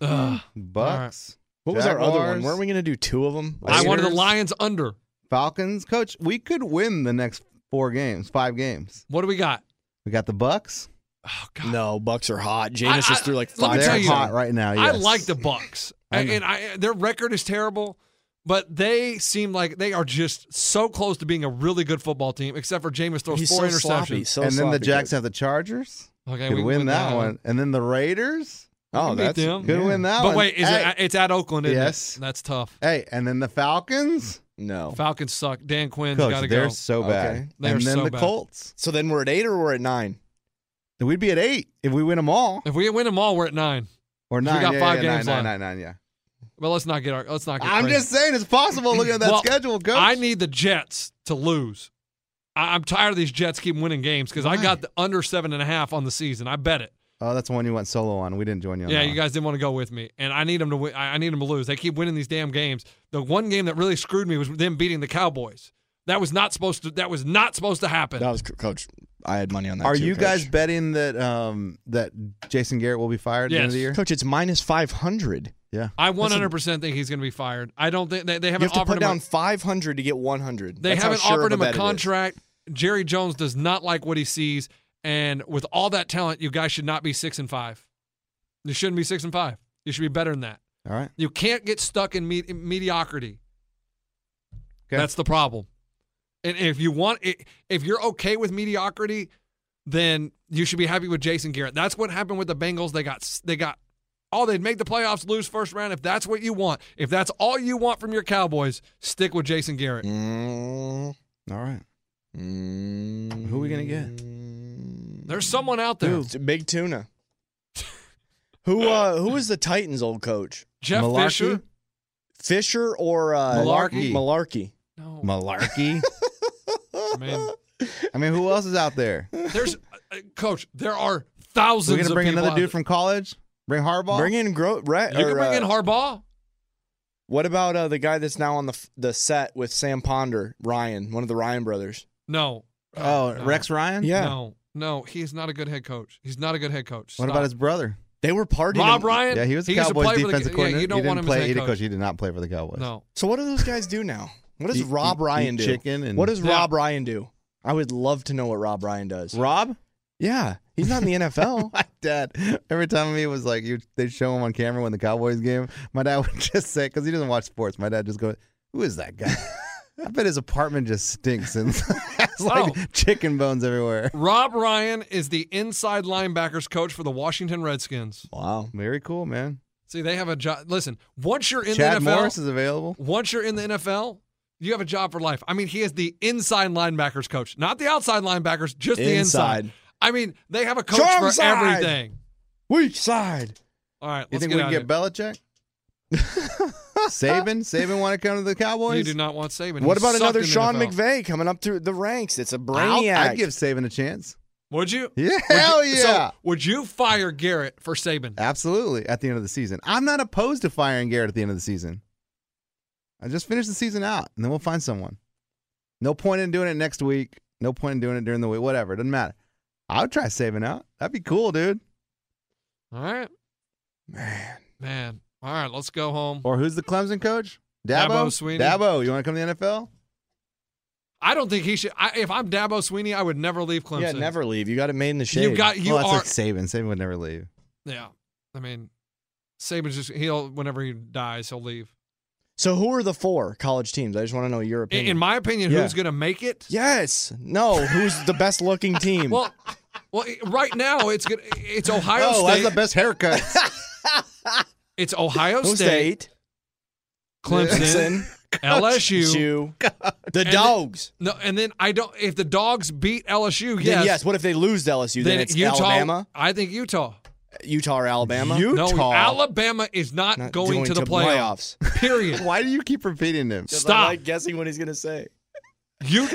Ugh. Bucks, What was our other one? Jaguars. Weren't we going to do two of them? I wanted the Raiders. Lions under. Falcons. Coach, we could win the next four games, five games. What do we got? We got the Bucks. Oh God. No, Bucks are hot. Jameis I- just threw like let me five. They're tell you- hot right now. I yes. like the Bucks, I and, know. and I, their record is terrible, but they seem like they are just so close to being a really good football team. Except for Jameis throws He's four so interceptions. sloppy. So and then the sloppy, Jacks coach. have the Chargers. Okay, Could we win, that one. And then the Raiders. Oh, beat that's them. Could win that one. But wait, is hey, it, it's at Oakland. Isn't Yes. it? that's tough. hey, and then the Falcons. no. Falcons suck. Dan Quinn's got to Oh. Coach, they're go. so Okay. bad. They're and then so the bad. Colts. So then we're at eight or we're at nine. We'd be at eight if we win them all. If we win them all, we're at nine. Or We nine. got yeah, five yeah, games left. nine, nine, nine, nine, yeah. Well, let's not get our. Let's not get. I'm crazy. just saying it's possible. Look at that Well, schedule, coach. I need the Jets to lose. I- I'm tired of these Jets keep winning games because I Why? got the under seven and a half on the season. I bet it. oh, that's the one you went solo on. We didn't join you on yeah, that you one. guys didn't want to go with me, and I need them to. Win. I I need them to lose. They keep winning these damn games. The one game that really screwed me was them beating the Cowboys. That was not supposed to. That was not supposed to happen. That was coach. I had money on that. Are too, you guys Coach. betting that um, that Jason Garrett will be fired at the end of the Yes. year? Coach, it's minus five hundred. Yeah. I 100 percent think he's going to be fired. I don't think they, they You haven't have to offered put him. down a, five hundred to get one hundred. they haven't offered him a contract. Jerry Jones does not like what he sees, and with all that talent, you guys should not be six and five. You shouldn't be six and five. You should be better than that. All right. You can't get stuck in, me- in mediocrity. Okay. That's the problem. And if you want, i- if you're okay with mediocrity, then you should be happy with Jason Garrett. That's what happened with the Bengals. They got s- they got all they'd make the playoffs, lose first round. If that's what you want, if that's all you want from your Cowboys, stick with Jason Garrett. Mm, All right. mm, Who are we gonna get? There's someone out there. It's a Big tuna. who uh who is the Titans old coach? Jeff Malarkey? Fisher. Fisher or uh Malarkey. Malarkey. No, Malarkey. man. I mean, who else is out there? There's uh, uh, coach. There are We're thousands. gonna of bring people another out dude there. from college. Bring Harbaugh. Bring in Gro. Rhett, You or, can bring uh, in Harbaugh. What about uh, the guy that's now on the f- the set with Sam Ponder, Ryan, one of the Ryan brothers? No. Uh, oh, no. Rex Ryan. Yeah. No, no, he's not a good head coach. He's not a good head coach. What Stop. about his brother? They were partying. Rob in- Ryan? Yeah, he was the used to Cowboys play for defensive the, coordinator. Yeah, you don't he didn't want him play. as head he didn't coach. coach. He did not play for the Cowboys. No. So what do those guys do now? What does Eat- Rob eat- Ryan eat do? chicken and- what does Yeah. Rob Ryan do? I would love to know what Rob Ryan does. Rob. yeah, he's not in the NFL. My dad, every time he was like, you, they'd show him on camera when the Cowboys game. My dad would just say, because he doesn't watch sports, my dad just goes, "Who is that guy?" I bet his apartment just stinks and has like Oh. chicken bones everywhere. Rob Ryan is the inside linebackers coach for the Washington Redskins. Wow. Very cool, man. See, they have a job. Listen, once you're in Chad the NFL, Morris is available. once you're in the NFL, you have a job for life. I mean, he is the inside linebackers coach, not the outside linebackers, just the inside. Inside. I mean, they have a coach Strong for side. everything. Weak side. All right, You let's think get we out can of get Belichick? Saban? Saban want to come to the here. Cowboys? You do not want Saban. What He about sucked another in the Sean NFL. McVay coming up through the ranks? It's a I'll- brainiac. I'd give Saban a chance. Would you? Yeah, Would you- hell yeah. So, would you fire Garrett for Saban? Absolutely. At the end of the season, I'm not opposed to firing Garrett at the end of the season. I just finish the season out, and then we'll find someone. No point in doing it next week. No point in doing it during the week. Whatever. It doesn't matter. I would try saving out. That'd be cool, dude. All right, Man, man. All right, let's go home. Or who's the Clemson coach? Dabo. Dabo Sweeney. Dabo. You want to come to the NFL? I don't think he should. I, if I'm Dabo Sweeney, I would never leave Clemson. yeah, never leave. You got it made in the shade. You got you well, that's are like Saban. Saban would never leave. yeah. I mean, Saban's just he'll whenever he dies he'll leave. So who are the four college teams? I just want to know your In, opinion. in my opinion, Yeah. who's gonna make it? yes. No. Who's the best looking team? Well, well, right now it's good. It's Ohio oh, State. that's the best haircut. It's Ohio Who's State, state? Clemson, LSU. LSU. The And- dogs. No, and then I don't. If the dogs beat LSU, Then yes, yes. What if they lose to LSU? Then, it's Utah. Alabama. I think Utah. Utah or Alabama? Utah. No, Alabama is not, Not going, to the playoffs. Period. Why do you keep repeating them? Stop. I'm like guessing what he's gonna say. you,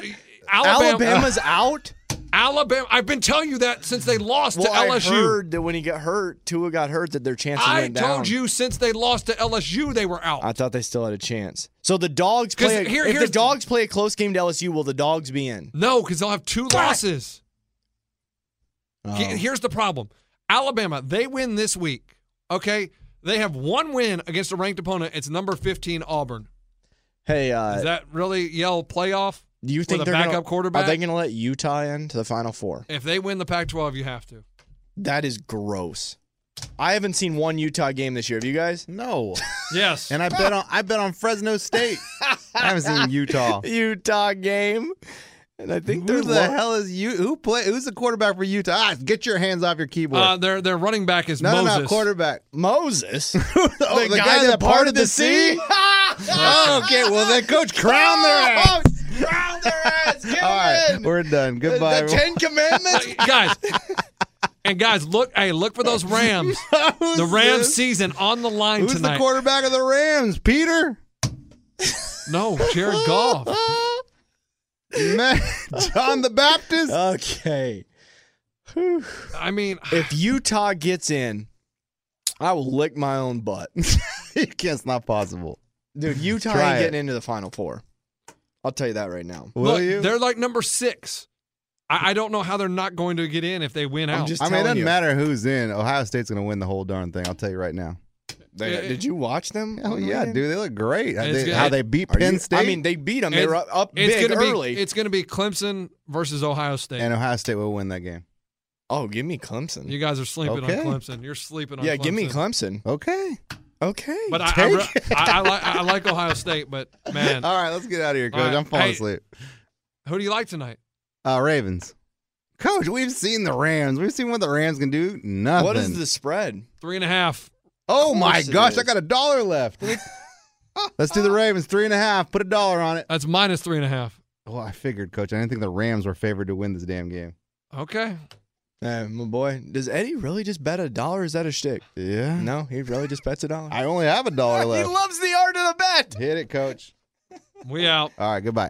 Alabama, Alabama's out. Alabama. I've been telling you that since they lost Well, to LSU. I heard that when he got hurt, Tua got hurt. That their chances I went down. told you since they lost to LSU, they were out. I thought they still had a chance. So the dogs 'Cause play. A, here- if the here's- dogs play a close game to LSU, will the dogs be in? no, because they'll have two losses. He- Oh. Here's the problem Alabama, they win this week, okay? They have one win against a ranked opponent. It's number 15, Auburn. Hey, Does uh, that really yell playoff? do you think with a they're backup gonna, quarterback? Are they going to let Utah in to the Final Four? If they win the Pac 12, you have to. That is gross. I haven't seen one Utah game this year. Have you guys? No. Yes. And I bet on I bet on Fresno State. I haven't seen Utah. Utah game, and I think Who they're the hell is you? Who play? Who's the quarterback for Utah? Ah, get your hands off your keyboard. uh, their, their running back is no, Moses. no, no, quarterback. Moses, Oh, the guy that parted the sea? oh, okay. Well, then, coach, crown their ass. Oh, Crown their ass. Get All right, them in. we're done. The- Goodbye. The everyone. Ten Commandments. guys. And guys, look, hey, look for those Rams. Who's The Rams this? season on the line Who's tonight. the quarterback of the Rams? Peter. no, Jared Goff. Man, John the Baptist. Oh, okay. I mean, If Utah gets in, I will lick my own butt. it's not possible. Dude, Utah Try ain't it. getting into the Final Four. I'll tell you that right now. Will look, you? they're like number six. I, I don't know how they're not going to get in if they win I'm out. just I mean, it telling doesn't you. matter who's in. Ohio State's going to win the whole darn thing. I'll tell you right now. They- did you watch them? Oh on the yeah, weekend? dude, they look great. How It's they, good. how they beat Are Penn you- State. I mean, they beat them. They were up, up it's big gonna early. um, Be, it's going to be Clemson versus Ohio State. and Ohio State will win that game. oh, give me Clemson. you guys are sleeping Okay. on Clemson. You're sleeping on yeah, Clemson. give me Clemson. Okay. Okay. But I, I, Take re- I, I, like, I like Ohio State, but man, Uh, All right, let's get out of here, All coach. right. I'm falling Hey. asleep. who do you like tonight? Uh, Ravens. Coach, we've seen the Rams. We've seen what the Rams can do. Nothing. what is the spread? Three and a half. Oh Of my course it gosh, is. uh, I got a dollar left. let's do the Ravens three and a half. Put a dollar on it. That's minus three and a half. Well, I figured, coach. I didn't think the Rams were favored to win this damn game. Okay. Eh, my boy, does Eddie really just bet a dollar? Is that a shtick? Yeah. No, he really just bets a dollar. I only have a dollar he left. loves the art of the bet. Hit it, coach. We out. All right, goodbye.